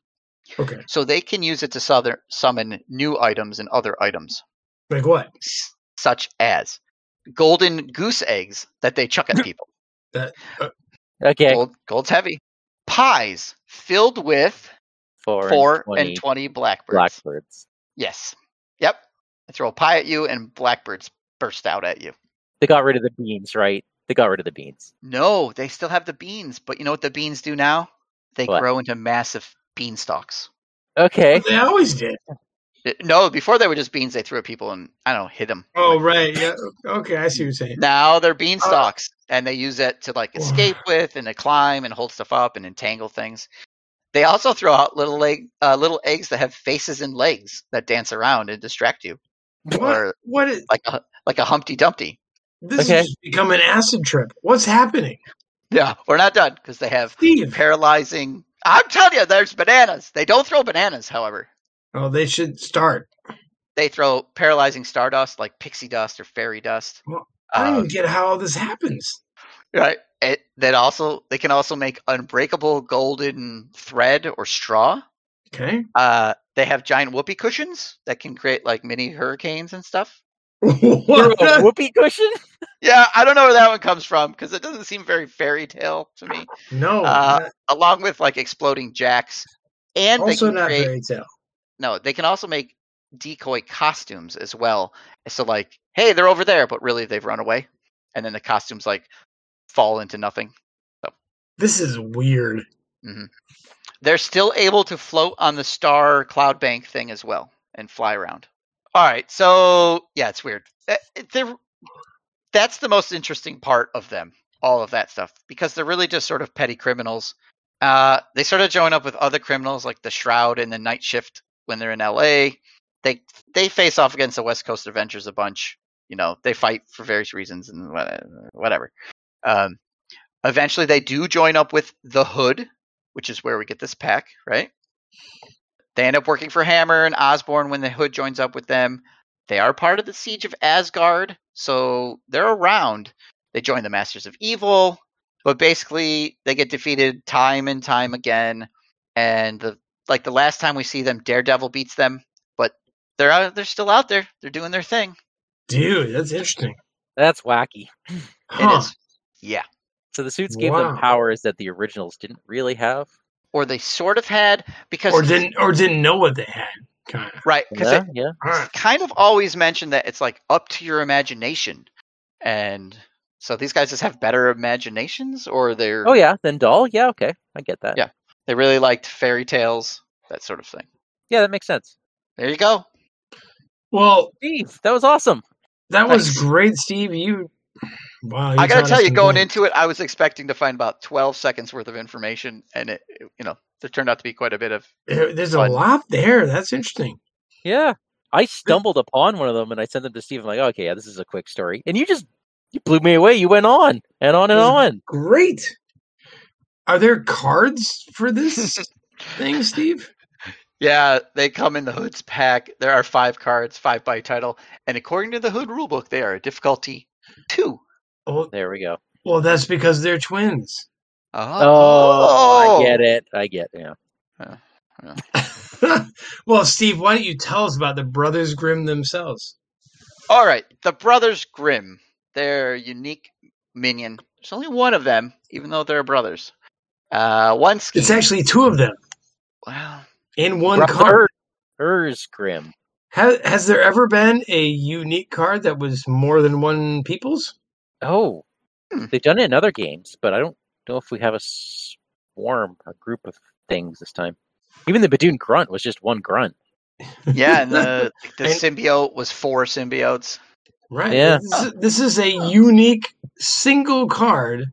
Speaker 1: Okay.
Speaker 2: so they can use it to suther- summon new items and other items,
Speaker 1: Like what?
Speaker 2: s- such as golden goose eggs that they chuck at people.
Speaker 3: Okay.
Speaker 2: Gold, gold's heavy. Pies filled with
Speaker 3: Four,
Speaker 2: four
Speaker 3: and 20
Speaker 2: and twenty blackbirds.
Speaker 3: blackbirds.
Speaker 2: Yes. Yep. I throw a pie at you, and blackbirds burst out at you.
Speaker 3: They got rid of the beans, right? They got rid of the beans.
Speaker 2: No, they still have the beans, but you know what the beans do now? They
Speaker 3: What?
Speaker 2: grow into massive beanstalks.
Speaker 1: <laughs>
Speaker 3: Okay.
Speaker 1: They always did.
Speaker 2: Uh, No, before they were just beans they threw at people and I don't know, hit them.
Speaker 1: Oh right. Yeah. Okay. I see what you're saying.
Speaker 2: Now they're beanstalks, and they use that to like escape with, and to climb, and hold stuff up, and entangle things. They also throw out little leg, uh, little eggs that have faces and legs that dance around and distract you,
Speaker 1: What?
Speaker 2: or-
Speaker 1: What is
Speaker 2: like a like a Humpty Dumpty. <laughs>
Speaker 1: this?
Speaker 3: Okay.
Speaker 1: Has just become an acid trip. What's happening,
Speaker 2: Yeah, we're not done because they have
Speaker 1: Steve?
Speaker 2: paralyzing. I'm telling you, there's bananas. They don't throw bananas, however.
Speaker 1: Oh, they should start.
Speaker 2: They throw paralyzing stardust, like pixie dust or fairy dust.
Speaker 1: Well, I don't
Speaker 2: Um,
Speaker 1: even get how all this happens.
Speaker 2: Right. It, that also they can also make unbreakable golden thread or straw.
Speaker 1: Okay.
Speaker 2: Uh, they have giant whoopee cushions that can create like mini hurricanes and stuff.
Speaker 3: Through
Speaker 1: what?
Speaker 3: a whoopee cushion?
Speaker 2: Yeah, I don't know where that one comes from because it doesn't seem very fairy tale
Speaker 1: <sighs>
Speaker 2: to me.
Speaker 1: no.
Speaker 2: Uh,
Speaker 1: not-
Speaker 2: Along with like exploding jacks, and they
Speaker 1: also
Speaker 2: can
Speaker 1: not
Speaker 2: create
Speaker 1: fairy tale.
Speaker 2: no, they can also make decoy costumes as well. So like, hey, they're over there, but really they've run away, and then the costumes like fall into nothing.
Speaker 1: This is weird.
Speaker 2: They're still able to float on the star cloud bank thing as well and fly around. All right, so yeah, it's weird. Uh, it- They're, that's the most interesting part of them, all of that stuff, because they're really just sort of petty criminals. Uh, they sort of join up with other criminals like the Shroud and the Night Shift when they're in L.A. They they face off against the West Coast Avengers a bunch. You know, they fight for various reasons and wha- whatever. Um, eventually, they do join up with the Hood, which is where we get this pack, right? They end up working for Hammer and Osborn when the Hood joins up with them. They are part of the Siege of Asgard, so they're around. They join the Masters of Evil, but basically they get defeated time and time again. And the like the last time we see them, Daredevil beats them, but they're out, they're still out there. They're doing their thing.
Speaker 1: Dude, that's interesting.
Speaker 3: That's wacky.
Speaker 1: Huh.
Speaker 2: It is, yeah.
Speaker 3: So the suits gave them
Speaker 1: Wow.
Speaker 3: powers that the originals didn't really have.
Speaker 2: Or they sort of had because
Speaker 1: Or didn't or didn't know what they had. Kind of.
Speaker 2: right because
Speaker 3: Yeah, yeah.
Speaker 1: Alright.
Speaker 2: kind of always mentioned that it's like up to your imagination. And so these guys just have better imaginations or they're
Speaker 3: Oh yeah, then doll. Yeah, okay, I get that.
Speaker 2: Yeah. they really liked fairy tales, that sort of thing.
Speaker 3: yeah, that makes sense.
Speaker 2: There you go.
Speaker 1: Well,
Speaker 3: Steve, that was awesome.
Speaker 1: that was
Speaker 2: Thanks.
Speaker 1: great, Steve. You, wow. you
Speaker 2: I gotta
Speaker 1: taught
Speaker 2: tell
Speaker 1: us
Speaker 2: you,
Speaker 1: some
Speaker 2: going
Speaker 1: things.
Speaker 2: into it, I was expecting to find about 12 seconds worth of information, and it, it- you know, there turned out to be quite a bit of.
Speaker 1: There- Eh, there's a
Speaker 2: Fun.
Speaker 1: lot there. That's interesting.
Speaker 3: Yeah. I stumbled upon one of them and I sent them to Steve. I'm like, okay, yeah, this is a quick story. And you just you blew me away. You went on and on and
Speaker 1: This is
Speaker 3: on.
Speaker 1: Great. Are there cards for
Speaker 2: <laughs>
Speaker 1: this thing, Steve?
Speaker 2: Yeah, they come in the Hood's pack. There are five cards, five by title, and according to the Hood rulebook, they are a difficulty two.
Speaker 1: Oh,
Speaker 3: There we go.
Speaker 1: well, that's because they're twins. <laughs>
Speaker 3: Oh, I get it. I get it. Yeah.
Speaker 1: well, Steve, why don't you tell us about the Brothers Grimm themselves?
Speaker 2: All right, the Brothers Grimm. They're unique minion. There's only one of them, even though they're brothers. Uh, one scheme.
Speaker 1: It's actually two of them
Speaker 2: well,
Speaker 1: in one
Speaker 3: Brother
Speaker 1: card.
Speaker 3: Urs Grim.
Speaker 1: Has, has there ever been a unique card that was more than one people's?
Speaker 3: Oh,
Speaker 2: Hmm.
Speaker 3: they've done it in other games, but I don't know if we have a swarm, a group of things this time. Even the Badoon grunt was just one grunt.
Speaker 2: yeah, and the the
Speaker 1: And-
Speaker 2: symbiote was four symbiotes.
Speaker 1: Right.
Speaker 3: Yeah.
Speaker 1: This, is- this is a unique single card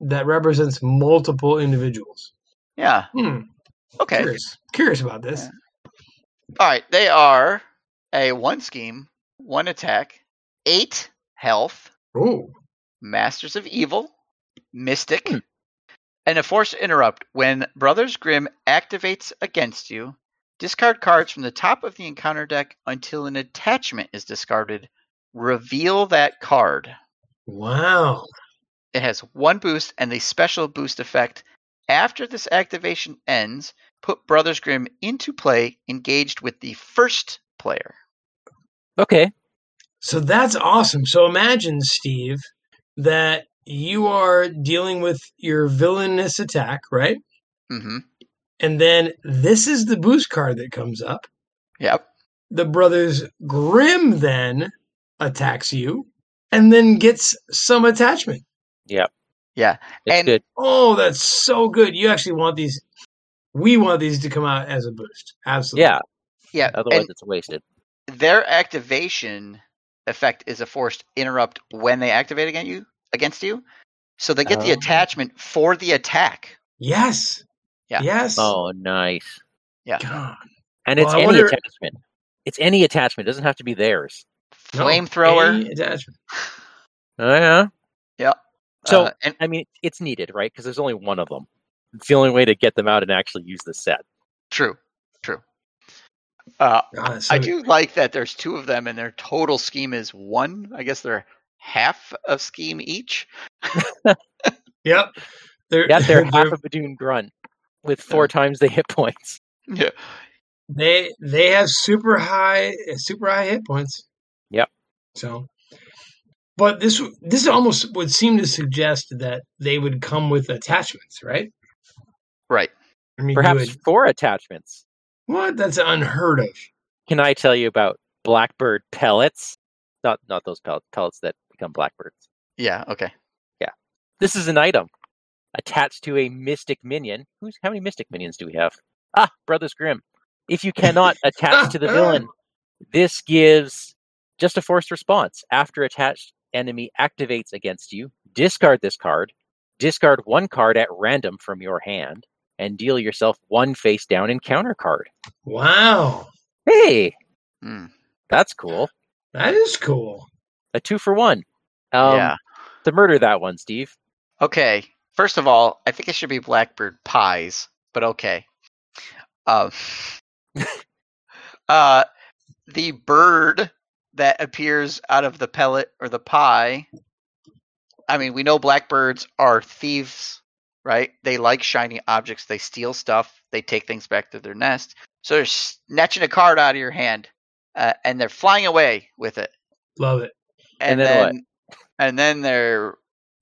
Speaker 1: that represents multiple individuals.
Speaker 2: Yeah.
Speaker 1: Hmm.
Speaker 2: Okay.
Speaker 1: Curious. Curious about this.
Speaker 2: All right, they are a one scheme, one attack, eight health,
Speaker 1: Oh.
Speaker 2: masters of evil, mystic,
Speaker 3: Hmm.
Speaker 2: and a force interrupt. When Brothers Grimm activates against you, discard cards from the top of the encounter deck until an attachment is discarded. Reveal that card.
Speaker 1: Wow.
Speaker 2: It has one boost and the special boost effect. After this activation ends, put Brothers Grimm into play, engaged with the first player.
Speaker 3: Okay.
Speaker 1: So that's awesome. So imagine, Steve, that you are dealing with your villainous attack, right?
Speaker 2: Mm-hmm.
Speaker 1: And then this is the boost card that comes up.
Speaker 2: Yep.
Speaker 1: The brothers Grimm then attacks you and then gets some attachment.
Speaker 2: Yeah.
Speaker 3: It's
Speaker 2: And-
Speaker 3: good.
Speaker 1: Oh, that's so good. You actually want these. We want these to come out as a boost. Absolutely.
Speaker 3: Yeah.
Speaker 2: Yeah.
Speaker 3: Otherwise,
Speaker 2: and-
Speaker 3: it's wasted.
Speaker 2: their activation effect is a forced interrupt when they activate against you against you so they get the
Speaker 3: Oh.
Speaker 2: attachment for the attack
Speaker 1: Yes.
Speaker 2: Yeah.
Speaker 1: Yes.
Speaker 3: Oh, nice.
Speaker 1: God.
Speaker 3: And
Speaker 1: Well,
Speaker 3: it's
Speaker 1: I
Speaker 3: any
Speaker 1: wonder-
Speaker 3: attachment. It's any attachment. It doesn't have to be theirs.
Speaker 1: No,
Speaker 2: flamethrower
Speaker 1: any attachment.
Speaker 3: Oh, yeah. So-
Speaker 2: uh, and
Speaker 3: I mean, it's needed, right? Because there's only one of them. It's the only way to get them out and actually use the set.
Speaker 2: true true uh,
Speaker 1: God, so
Speaker 2: i do like that there's two of them and their total scheme is one i guess they're half of scheme each <laughs>
Speaker 1: Yep. They're,
Speaker 3: Yeah,
Speaker 1: <laughs>
Speaker 3: they're
Speaker 1: they're-
Speaker 3: half a Badoon grunt with four times the hit points.
Speaker 2: yeah
Speaker 1: they they have super high super high hit points.
Speaker 3: Yep.
Speaker 1: So, but this this almost would seem to suggest that they would come with attachments, right?
Speaker 2: right
Speaker 1: I mean, you
Speaker 3: Perhaps
Speaker 1: would-
Speaker 3: four attachments.
Speaker 1: what? That's unheard of.
Speaker 3: Can I tell you about blackbird pellets? Not not those pellets, pellets that become blackbirds.
Speaker 2: yeah okay
Speaker 3: This is an item attached to a mystic minion. Who's how many mystic minions do we have? Ah, Brothers Grimm. If you <laughs> cannot attach to the villain, this gives just a forced response. After attached enemy activates against you, discard this card, discard one card at random from your hand, and deal yourself one face down encounter card.
Speaker 1: Wow,
Speaker 3: Hey,
Speaker 2: Hmm.
Speaker 3: that's cool.
Speaker 1: that is cool.
Speaker 3: A two for one. Um,
Speaker 2: yeah
Speaker 3: to murder that one, Steve.
Speaker 2: Okay. First of all, I think it should be Blackbird pies, but okay. Um, <laughs> uh, the bird that appears out of the pellet or the pie. I mean, we know blackbirds are thieves, right? They like shiny objects. They steal stuff. They take things back to their nest. So they're snatching a card out of your hand, uh, and they're flying away with it
Speaker 1: Love it. <laughs>
Speaker 2: and,
Speaker 3: And then what?
Speaker 2: then and then they're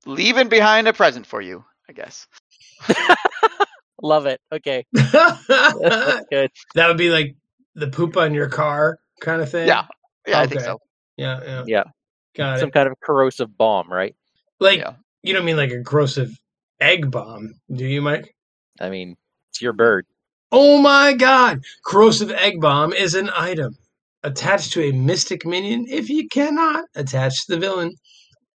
Speaker 2: leaving behind a present for you, I guess.
Speaker 3: Love it. Okay. <laughs>
Speaker 1: that
Speaker 3: Good.
Speaker 1: would be like the poop on your car kind of thing.
Speaker 2: Yeah, yeah, I think
Speaker 1: Okay.
Speaker 2: so.
Speaker 1: yeah, yeah.
Speaker 3: <laughs> Yeah.
Speaker 1: Got
Speaker 3: Some
Speaker 1: it.
Speaker 3: kind of corrosive bomb, right?
Speaker 1: Like
Speaker 2: yeah.
Speaker 1: you don't mean like a corrosive egg bomb, do you, Mike?
Speaker 3: I mean, it's your bird.
Speaker 1: Oh my god! Corrosive egg bomb is an item. attached to a mystic minion if you cannot attach the villain.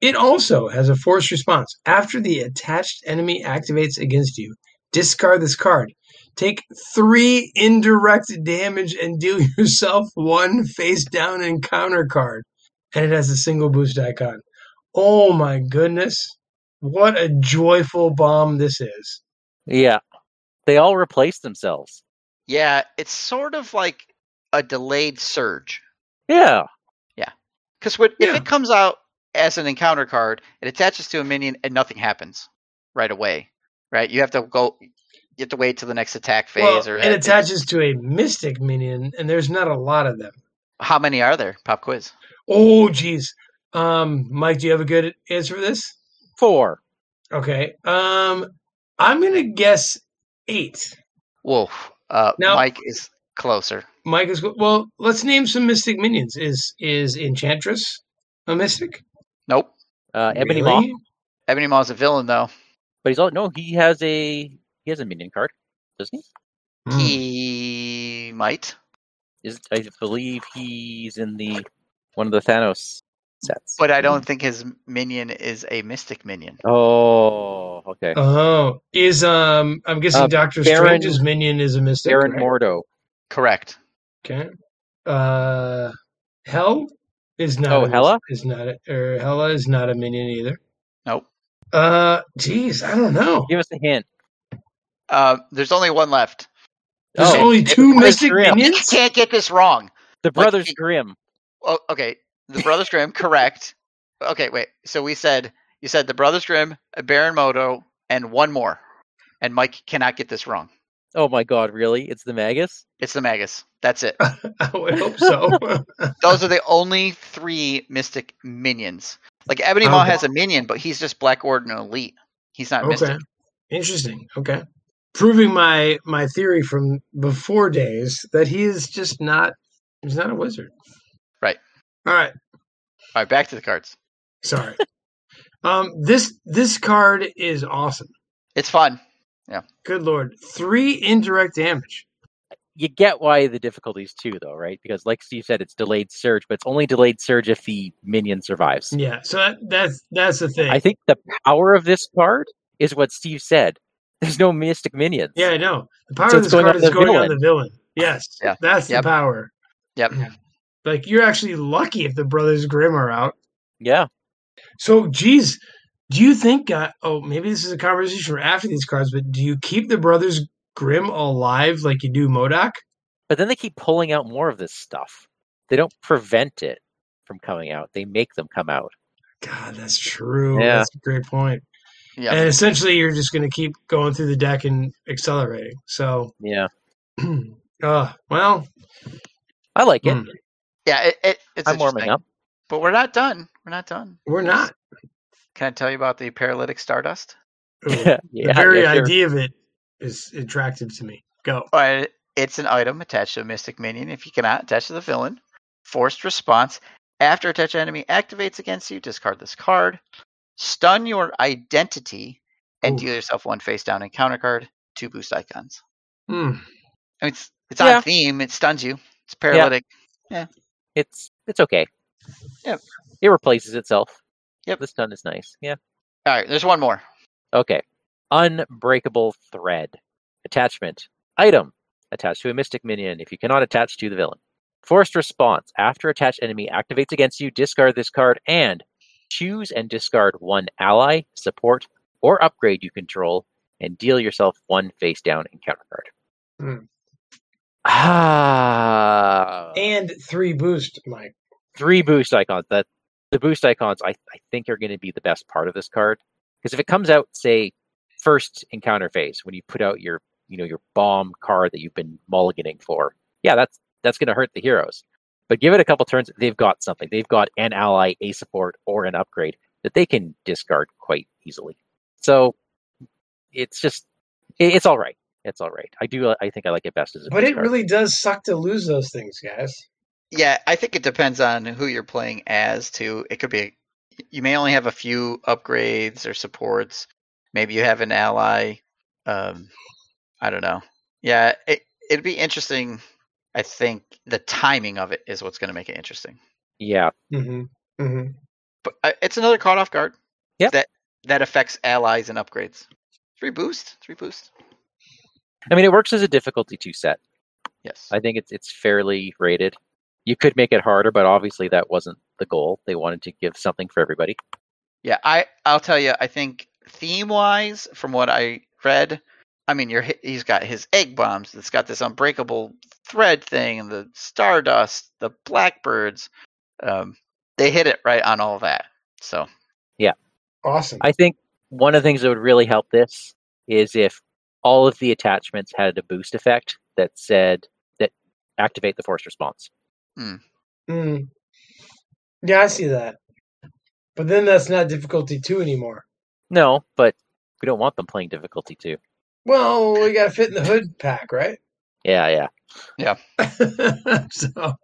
Speaker 1: It also has a force response. After the attached enemy activates against you, discard this card. Take three indirect damage and deal <laughs> yourself one face down encounter card. And it has a single boost icon. Oh my goodness. What a joyful bomb this is.
Speaker 3: Yeah. They all replace themselves.
Speaker 2: Yeah, it's sort of like a delayed surge.
Speaker 3: Yeah.
Speaker 2: Because if
Speaker 1: Yeah.
Speaker 2: it comes out as an encounter card, it attaches to a minion and nothing happens right away. Right? You have to go. You have to wait till the next attack phase,
Speaker 1: Well,
Speaker 2: or
Speaker 1: it attaches to a mystic minion, and there's not a lot of them.
Speaker 2: How many are there? Pop quiz.
Speaker 1: Oh, geez. Um, Mike, do you have a good answer for this?
Speaker 3: Four.
Speaker 1: Okay. Um, I'm gonna guess eight.
Speaker 2: Whoa, uh,
Speaker 1: Now-
Speaker 2: Mike is closer.
Speaker 1: Mike is well. Let's name some mystic minions. Is is Enchantress a mystic?
Speaker 2: Nope.
Speaker 3: Uh, Ebony Maw.
Speaker 1: Really?
Speaker 2: Ebony Maw's a villain, though.
Speaker 3: But he's all no. He has a he has a minion card, doesn't
Speaker 1: Hmm.
Speaker 2: He might.
Speaker 3: he? Is I believe he's in the one of the Thanos sets.
Speaker 2: But I
Speaker 1: Hmm.
Speaker 2: don't think his minion is a mystic minion.
Speaker 3: Oh, okay.
Speaker 1: Oh, is um? I'm guessing
Speaker 3: Uh,
Speaker 1: Doctor
Speaker 3: Baron-
Speaker 1: Strange's minion is a mystic.
Speaker 3: Baron
Speaker 1: right?
Speaker 3: Mordo.
Speaker 2: Correct.
Speaker 1: Okay. Uh, Hell is not.
Speaker 3: Oh,
Speaker 1: a mis-
Speaker 3: Hela?
Speaker 1: is not. A, or Hella is not a minion either.
Speaker 2: Nope.
Speaker 1: Uh, geez, I don't know.
Speaker 3: Give us a hint.
Speaker 2: Uh, there's only one left.
Speaker 1: There's
Speaker 3: Oh,
Speaker 1: only two
Speaker 3: Mike
Speaker 1: mystic
Speaker 3: Grimm.
Speaker 2: You
Speaker 1: minions. <laughs>
Speaker 2: can't get this wrong.
Speaker 3: the Brothers
Speaker 2: he-
Speaker 3: Grimm.
Speaker 2: Oh, okay. The Brothers Grimm, correct. Okay, wait. So we said you said the Brothers Grimm, a Baron Moto, and one more. And Mike cannot get this wrong.
Speaker 3: Oh my God, really? It's the Magus.
Speaker 2: It's the Magus.
Speaker 1: <laughs>
Speaker 2: That's it.
Speaker 1: I would hope so.
Speaker 2: Those are the only three mystic minions. Like Ebony Maw
Speaker 1: Okay.
Speaker 2: has a minion, but he's just Black Ordinary Elite.
Speaker 1: <laughs>
Speaker 2: He's not
Speaker 1: okay,
Speaker 2: mystic.
Speaker 1: interesting. Okay, proving my my theory from before days that he is just not. He's not a wizard.
Speaker 2: Right.
Speaker 1: All right.
Speaker 2: All right, back to the cards.
Speaker 1: Sorry. um. This this card is awesome.
Speaker 2: It's fun.
Speaker 1: Good lord. Three indirect damage.
Speaker 3: You get why the difficulties too, though, right? Because like Steve said, it's delayed surge, but it's only delayed surge if the minion survives.
Speaker 1: Yeah. So that, that's that's the thing.
Speaker 3: I think the power of this card is what Steve said. <laughs> There's no mystic minions.
Speaker 1: yeah, I know. The power
Speaker 3: So
Speaker 1: of
Speaker 3: it's
Speaker 1: this
Speaker 3: going
Speaker 1: card
Speaker 3: on
Speaker 1: is
Speaker 3: the
Speaker 1: going on
Speaker 3: villain.
Speaker 1: the villain. Yes.
Speaker 2: Yeah.
Speaker 1: That's
Speaker 2: Yep.
Speaker 1: the power.
Speaker 2: Yep.
Speaker 1: Like you're actually lucky if the brothers Grimm are out.
Speaker 3: Yeah.
Speaker 1: So geez, do you think uh, oh maybe this is a conversation for after these cards, but do you keep the brothers Grimm alive like you do Modoc?
Speaker 3: But then they keep pulling out more of this stuff. They don't prevent it from coming out. They make them come out.
Speaker 1: God, that's true.
Speaker 3: Yeah.
Speaker 1: That's a great point.
Speaker 2: Yeah.
Speaker 1: And essentially you're just gonna keep going through the deck and accelerating. So <clears throat>
Speaker 3: Yeah.
Speaker 1: uh well
Speaker 3: I like it.
Speaker 1: Hmm.
Speaker 2: yeah, it, it, it's
Speaker 3: I'm warming
Speaker 2: interesting.
Speaker 3: up. <laughs>
Speaker 2: But we're not done. We're not done.
Speaker 1: we're not.
Speaker 2: Can I tell you about the paralytic stardust?
Speaker 1: Ooh.
Speaker 3: yeah.
Speaker 1: the Hmm. very
Speaker 3: yeah, sure.
Speaker 1: idea of it is attractive to me. Go.
Speaker 2: or it's an item attached to a mystic minion if you cannot attach to the villain. Forced response. After attached enemy activates against you, discard this card. Stun your identity and
Speaker 1: Ooh.
Speaker 2: deal yourself one face down encounter card, two boost icons.
Speaker 1: Hmm.
Speaker 2: I mean, it's it's
Speaker 3: Yeah.
Speaker 2: on theme. It stuns you. It's paralytic.
Speaker 3: It's it's okay.
Speaker 2: Yep.
Speaker 3: It replaces itself.
Speaker 2: Yep.
Speaker 3: The stun is nice. Yeah.
Speaker 2: All right, there's one more.
Speaker 3: Okay. Unbreakable thread. Attachment. Item. Attached to a mystic minion if you cannot attach to the villain. Forced response. After attached enemy activates against you, discard this card and choose and discard one ally, support, or upgrade you control and deal yourself one face down encounter card.
Speaker 1: Hmm.
Speaker 3: <sighs>
Speaker 1: <sighs>
Speaker 3: Ah.
Speaker 1: And three boost, Mike.
Speaker 3: three boost icons. That the boost icons I, I think are going to be the best part of this card because if it comes out, say, first encounter phase when you put out your you know your bomb card that you've been mulliganing for, yeah, that's that's going to hurt the heroes. But give it a couple turns, they've got something. They've got an ally, a support, or an upgrade that they can discard quite easily. So it's just it, it's all right. It's all right. I do. I think I like it best as a
Speaker 1: But
Speaker 3: boost
Speaker 1: it
Speaker 3: card.
Speaker 1: really does suck to lose those things, guys.
Speaker 2: Yeah, I think it depends on who you're playing as too. It could be you may only have a few upgrades or supports. Maybe you have an ally. Um, I don't know. Yeah, it it'd be interesting. I think the timing of it is what's going to make it interesting.
Speaker 3: Yeah.
Speaker 1: Mm-hmm. Mm-hmm.
Speaker 2: But uh, it's another caught off guard.
Speaker 3: Yep.
Speaker 2: That that affects allies and upgrades. Three boost, three boost.
Speaker 3: I mean, it works as a difficulty two set.
Speaker 2: Yes.
Speaker 3: I think it's it's fairly rated. You could make it harder, but obviously that wasn't the goal. They wanted to give something for everybody.
Speaker 2: Yeah, I I'll tell you. I think theme wise, from what I read, I mean, you're hit- he's got his egg bombs. It's got this unbreakable thread thing, and the stardust, the blackbirds. Um, they hit it right on all that. So
Speaker 1: Awesome.
Speaker 3: I think one of the things that would really help this is if all of the attachments had a boost effect that said that activate the force response.
Speaker 1: Mm. Yeah, I see that. But then that's not difficulty two anymore.
Speaker 3: No, but we don't want them playing difficulty two.
Speaker 1: Well, we got to fit in the hood pack, right? <laughs>
Speaker 3: Yeah, yeah.
Speaker 1: so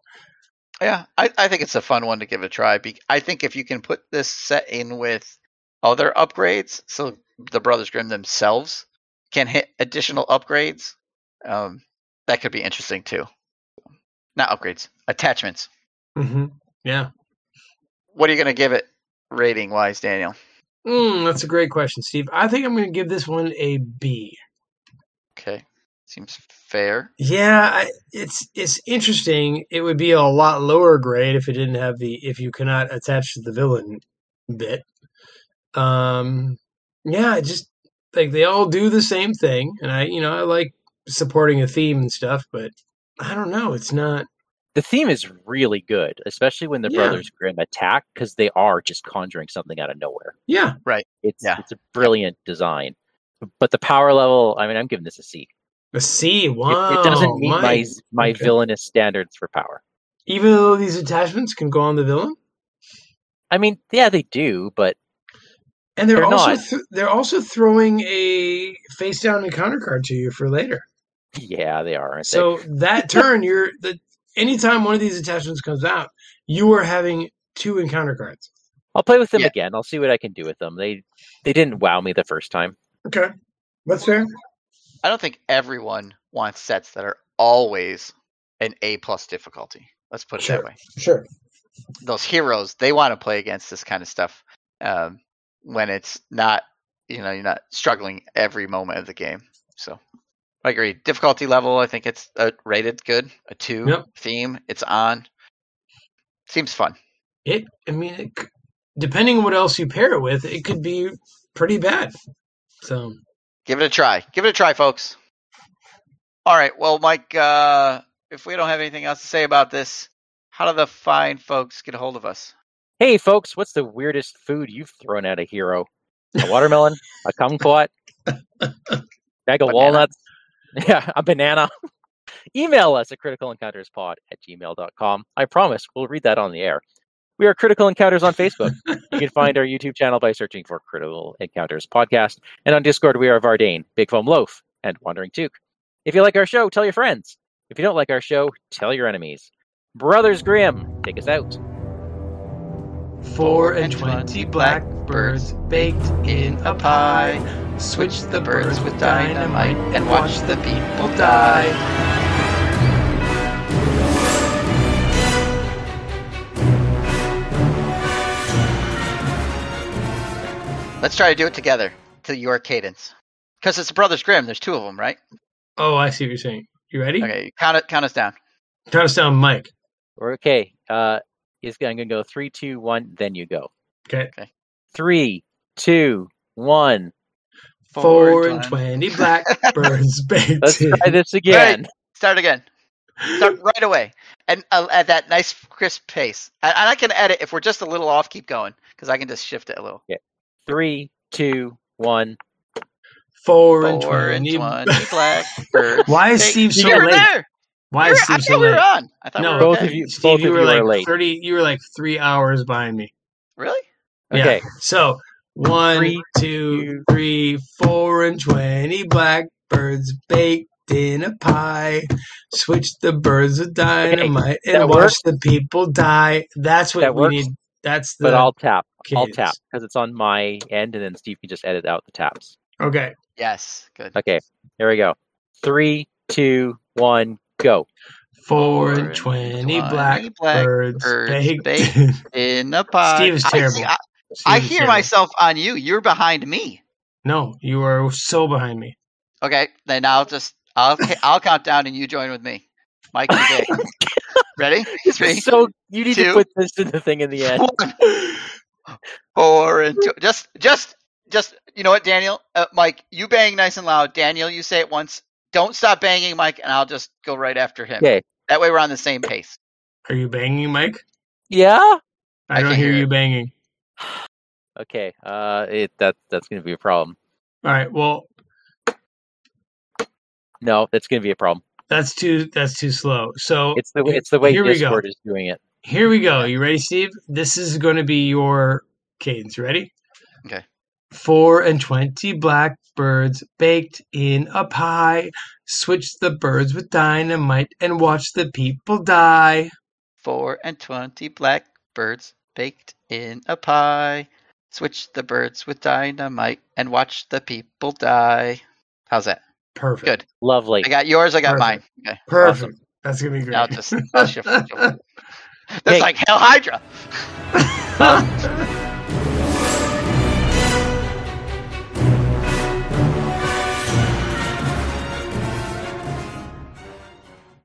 Speaker 2: yeah, I, I think it's a fun one to give a try. Be- I think if you can put this set in with other upgrades, so the Brothers Grimm themselves can hit additional upgrades, um, that could be interesting too. Not upgrades, attachments.
Speaker 1: mm-hmm. yeah.
Speaker 2: What are you going to give it rating wise, Daniel?
Speaker 1: Mm, that's a great question, Steve. I think I'm going to give this one a B.
Speaker 2: Okay. Seems fair.
Speaker 1: Yeah, I, it's it's interesting. It would be a lot lower grade if it didn't have the if you cannot attach to the villain bit. Um, yeah, it just like they all do the same thing, and I you know I like supporting a theme and stuff, but I don't know. It's not.
Speaker 3: The theme is really good, especially when the
Speaker 1: Yeah.
Speaker 3: Brothers Grimm attack, because they are just conjuring something out of nowhere.
Speaker 1: Yeah,
Speaker 3: It's
Speaker 2: Yeah.
Speaker 3: it's a brilliant design. But the power level, I mean, I'm giving this a C.
Speaker 1: a C.
Speaker 3: It,
Speaker 1: Wow,
Speaker 3: it doesn't meet my
Speaker 1: Oh, my-
Speaker 3: my,
Speaker 1: okay.
Speaker 3: villainous standards for power.
Speaker 1: Even though these attachments can go on the villain,
Speaker 3: I mean, yeah, they do, but
Speaker 1: and they're,
Speaker 3: They're
Speaker 1: also
Speaker 3: not.
Speaker 1: th- they're also throwing a face down encounter card to you for later.
Speaker 3: yeah, they are. Aren't
Speaker 1: So <laughs> that turn, you're the anytime one of these attachments comes out, you are having two encounter cards.
Speaker 3: I'll play with them
Speaker 2: Yeah.
Speaker 3: again. I'll see what I can do with them. They they didn't wow me the first time.
Speaker 1: Okay, that's fair.
Speaker 2: I don't think everyone wants sets that are always an A plus difficulty. Let's put it
Speaker 1: Sure.
Speaker 2: that way.
Speaker 1: Sure.
Speaker 2: Those heroes, they want to play against this kind of stuff um, when it's not, you know, you're not struggling every moment of the game. So I agree. Difficulty level, I think it's uh, rated good. A two
Speaker 1: Yep.
Speaker 2: theme, it's on. Seems fun.
Speaker 1: It. I mean, it, c- depending on what else you pair it with, it could be pretty bad. So
Speaker 2: Give it a try. Give it a try, folks. All right. Well, Mike, uh, if we don't have anything else to say about this, how do the fine folks get a hold of us?
Speaker 3: Hey folks, what's the weirdest food you've thrown at a hero? A watermelon, a kumquat, bag of
Speaker 2: Banana.
Speaker 3: walnuts, <laughs> yeah, a banana. <laughs> Email us at criticalencounterspod at gmail.com. I promise we'll read that on the air. We are Critical Encounters on Facebook. you can find our YouTube channel by searching for Critical Encounters Podcast. And on Discord, we are Vardane, Big Foam Loaf, and Wandering Duke. If you like our show, tell your friends. If you don't like our show, tell your enemies. Brothers Grimm, take us out.
Speaker 1: four and twenty blackbirds baked in a pie. Switch the birds with dynamite and watch the people die.
Speaker 2: Let's try to do it together to your cadence. Because it's the Brothers Grimm. There's two of them, right?
Speaker 1: Oh, I see what you're saying. You ready?
Speaker 2: Okay. Count it. Count us down.
Speaker 1: Count us down, Mike.
Speaker 3: We're okay. Uh, is I'm gonna go three, two, one, then you go.
Speaker 1: Okay.
Speaker 3: Three, two,
Speaker 1: <laughs>
Speaker 3: one.
Speaker 1: Four
Speaker 2: Forward
Speaker 1: and
Speaker 2: one.
Speaker 1: twenty <laughs> blackbirds baked
Speaker 3: Let's
Speaker 1: in.
Speaker 3: try this again.
Speaker 2: Start again. Start <laughs> right away. And uh, at that nice crisp pace. And, and I can edit if we're just a little off. Keep going because I can just shift it a little.
Speaker 3: Three, two, one.
Speaker 1: Four and
Speaker 2: Four and
Speaker 1: twenty.
Speaker 2: twenty
Speaker 1: <laughs>
Speaker 2: blackbirds.
Speaker 1: Why is
Speaker 2: Take-
Speaker 1: Steve so
Speaker 2: You were
Speaker 1: late?
Speaker 2: there.
Speaker 1: Why
Speaker 2: You were-
Speaker 1: is
Speaker 2: I
Speaker 1: Steve
Speaker 2: thought
Speaker 1: so
Speaker 2: we
Speaker 1: late?
Speaker 2: were on. I thought
Speaker 1: No,
Speaker 2: we were
Speaker 3: Both
Speaker 2: okay.
Speaker 3: of you,
Speaker 1: Steve,
Speaker 3: both
Speaker 1: you
Speaker 3: of
Speaker 1: were
Speaker 3: you
Speaker 1: like
Speaker 3: are late.
Speaker 1: thirty. You were like three hours behind me.
Speaker 2: Really?
Speaker 1: Yeah.
Speaker 3: Okay,
Speaker 1: So one,
Speaker 3: Three,
Speaker 1: two,
Speaker 3: two-
Speaker 1: three, four, and twenty blackbirds baked in a pie. Switch the birds with dynamite and
Speaker 3: that
Speaker 1: watch
Speaker 3: works.
Speaker 1: the people die. That's what
Speaker 3: That
Speaker 1: we
Speaker 3: works,
Speaker 1: need. That's the
Speaker 3: but I'll tap. I'll
Speaker 1: cadence.
Speaker 3: tap because it's on my end, and then Steve can just edit out the taps.
Speaker 1: Okay.
Speaker 2: Yes. Good.
Speaker 3: Okay, here we go. Three, two, one, go.
Speaker 1: Four and twenty, blackbirds
Speaker 2: blackbirds
Speaker 1: baked.
Speaker 2: baked.
Speaker 1: <laughs>
Speaker 2: in the pod.
Speaker 1: Steve is
Speaker 2: I see-
Speaker 1: terrible.
Speaker 2: I,
Speaker 1: Steve
Speaker 2: I
Speaker 1: is
Speaker 2: hear
Speaker 1: terrible.
Speaker 2: myself on you. You're behind me.
Speaker 1: No, you are so behind
Speaker 2: <laughs>
Speaker 1: me.
Speaker 2: Okay, then I'll just I'll
Speaker 1: <laughs>
Speaker 2: I'll count down and you join with me, Mike. And Dave. Ready? Three,
Speaker 3: so you need to
Speaker 2: two,
Speaker 3: put this in the thing in the end.
Speaker 2: one, four, and two. Just just just you know what, Daniel, uh, Mike, you bang nice and loud. Daniel, you say it once. Don't stop banging, Mike, and I'll just go right after him.
Speaker 3: Okay.
Speaker 2: That way we're on the same pace.
Speaker 1: Are you banging, Mike?
Speaker 3: Yeah.
Speaker 1: I,
Speaker 2: I
Speaker 1: don't
Speaker 2: can't
Speaker 1: hear
Speaker 2: hear
Speaker 1: you
Speaker 2: it.
Speaker 1: banging.
Speaker 3: Okay. Uh, it that that's gonna be a problem.
Speaker 1: All right. Well,
Speaker 3: No, that's gonna be a problem.
Speaker 1: that's too that's too slow. So
Speaker 3: It's the way it's the way
Speaker 1: Here we go.
Speaker 3: Discord is doing it.
Speaker 1: here we go. You ready, Steve? This is going to be your cadence. Ready?
Speaker 2: Okay.
Speaker 1: Four and twenty blackbirds baked in a pie. Switch the birds with dynamite and watch the people die.
Speaker 2: Four and twenty blackbirds baked in a pie. Switch the birds with dynamite and watch the people die. How's that?
Speaker 1: Perfect.
Speaker 2: Good.
Speaker 3: Lovely.
Speaker 2: I got yours. I got
Speaker 1: Perfect.
Speaker 2: mine. Okay.
Speaker 1: Perfect. That's gonna be great.
Speaker 2: Now just I'll shift. That's
Speaker 3: Hey.
Speaker 2: like Hell Hydra.
Speaker 3: Um,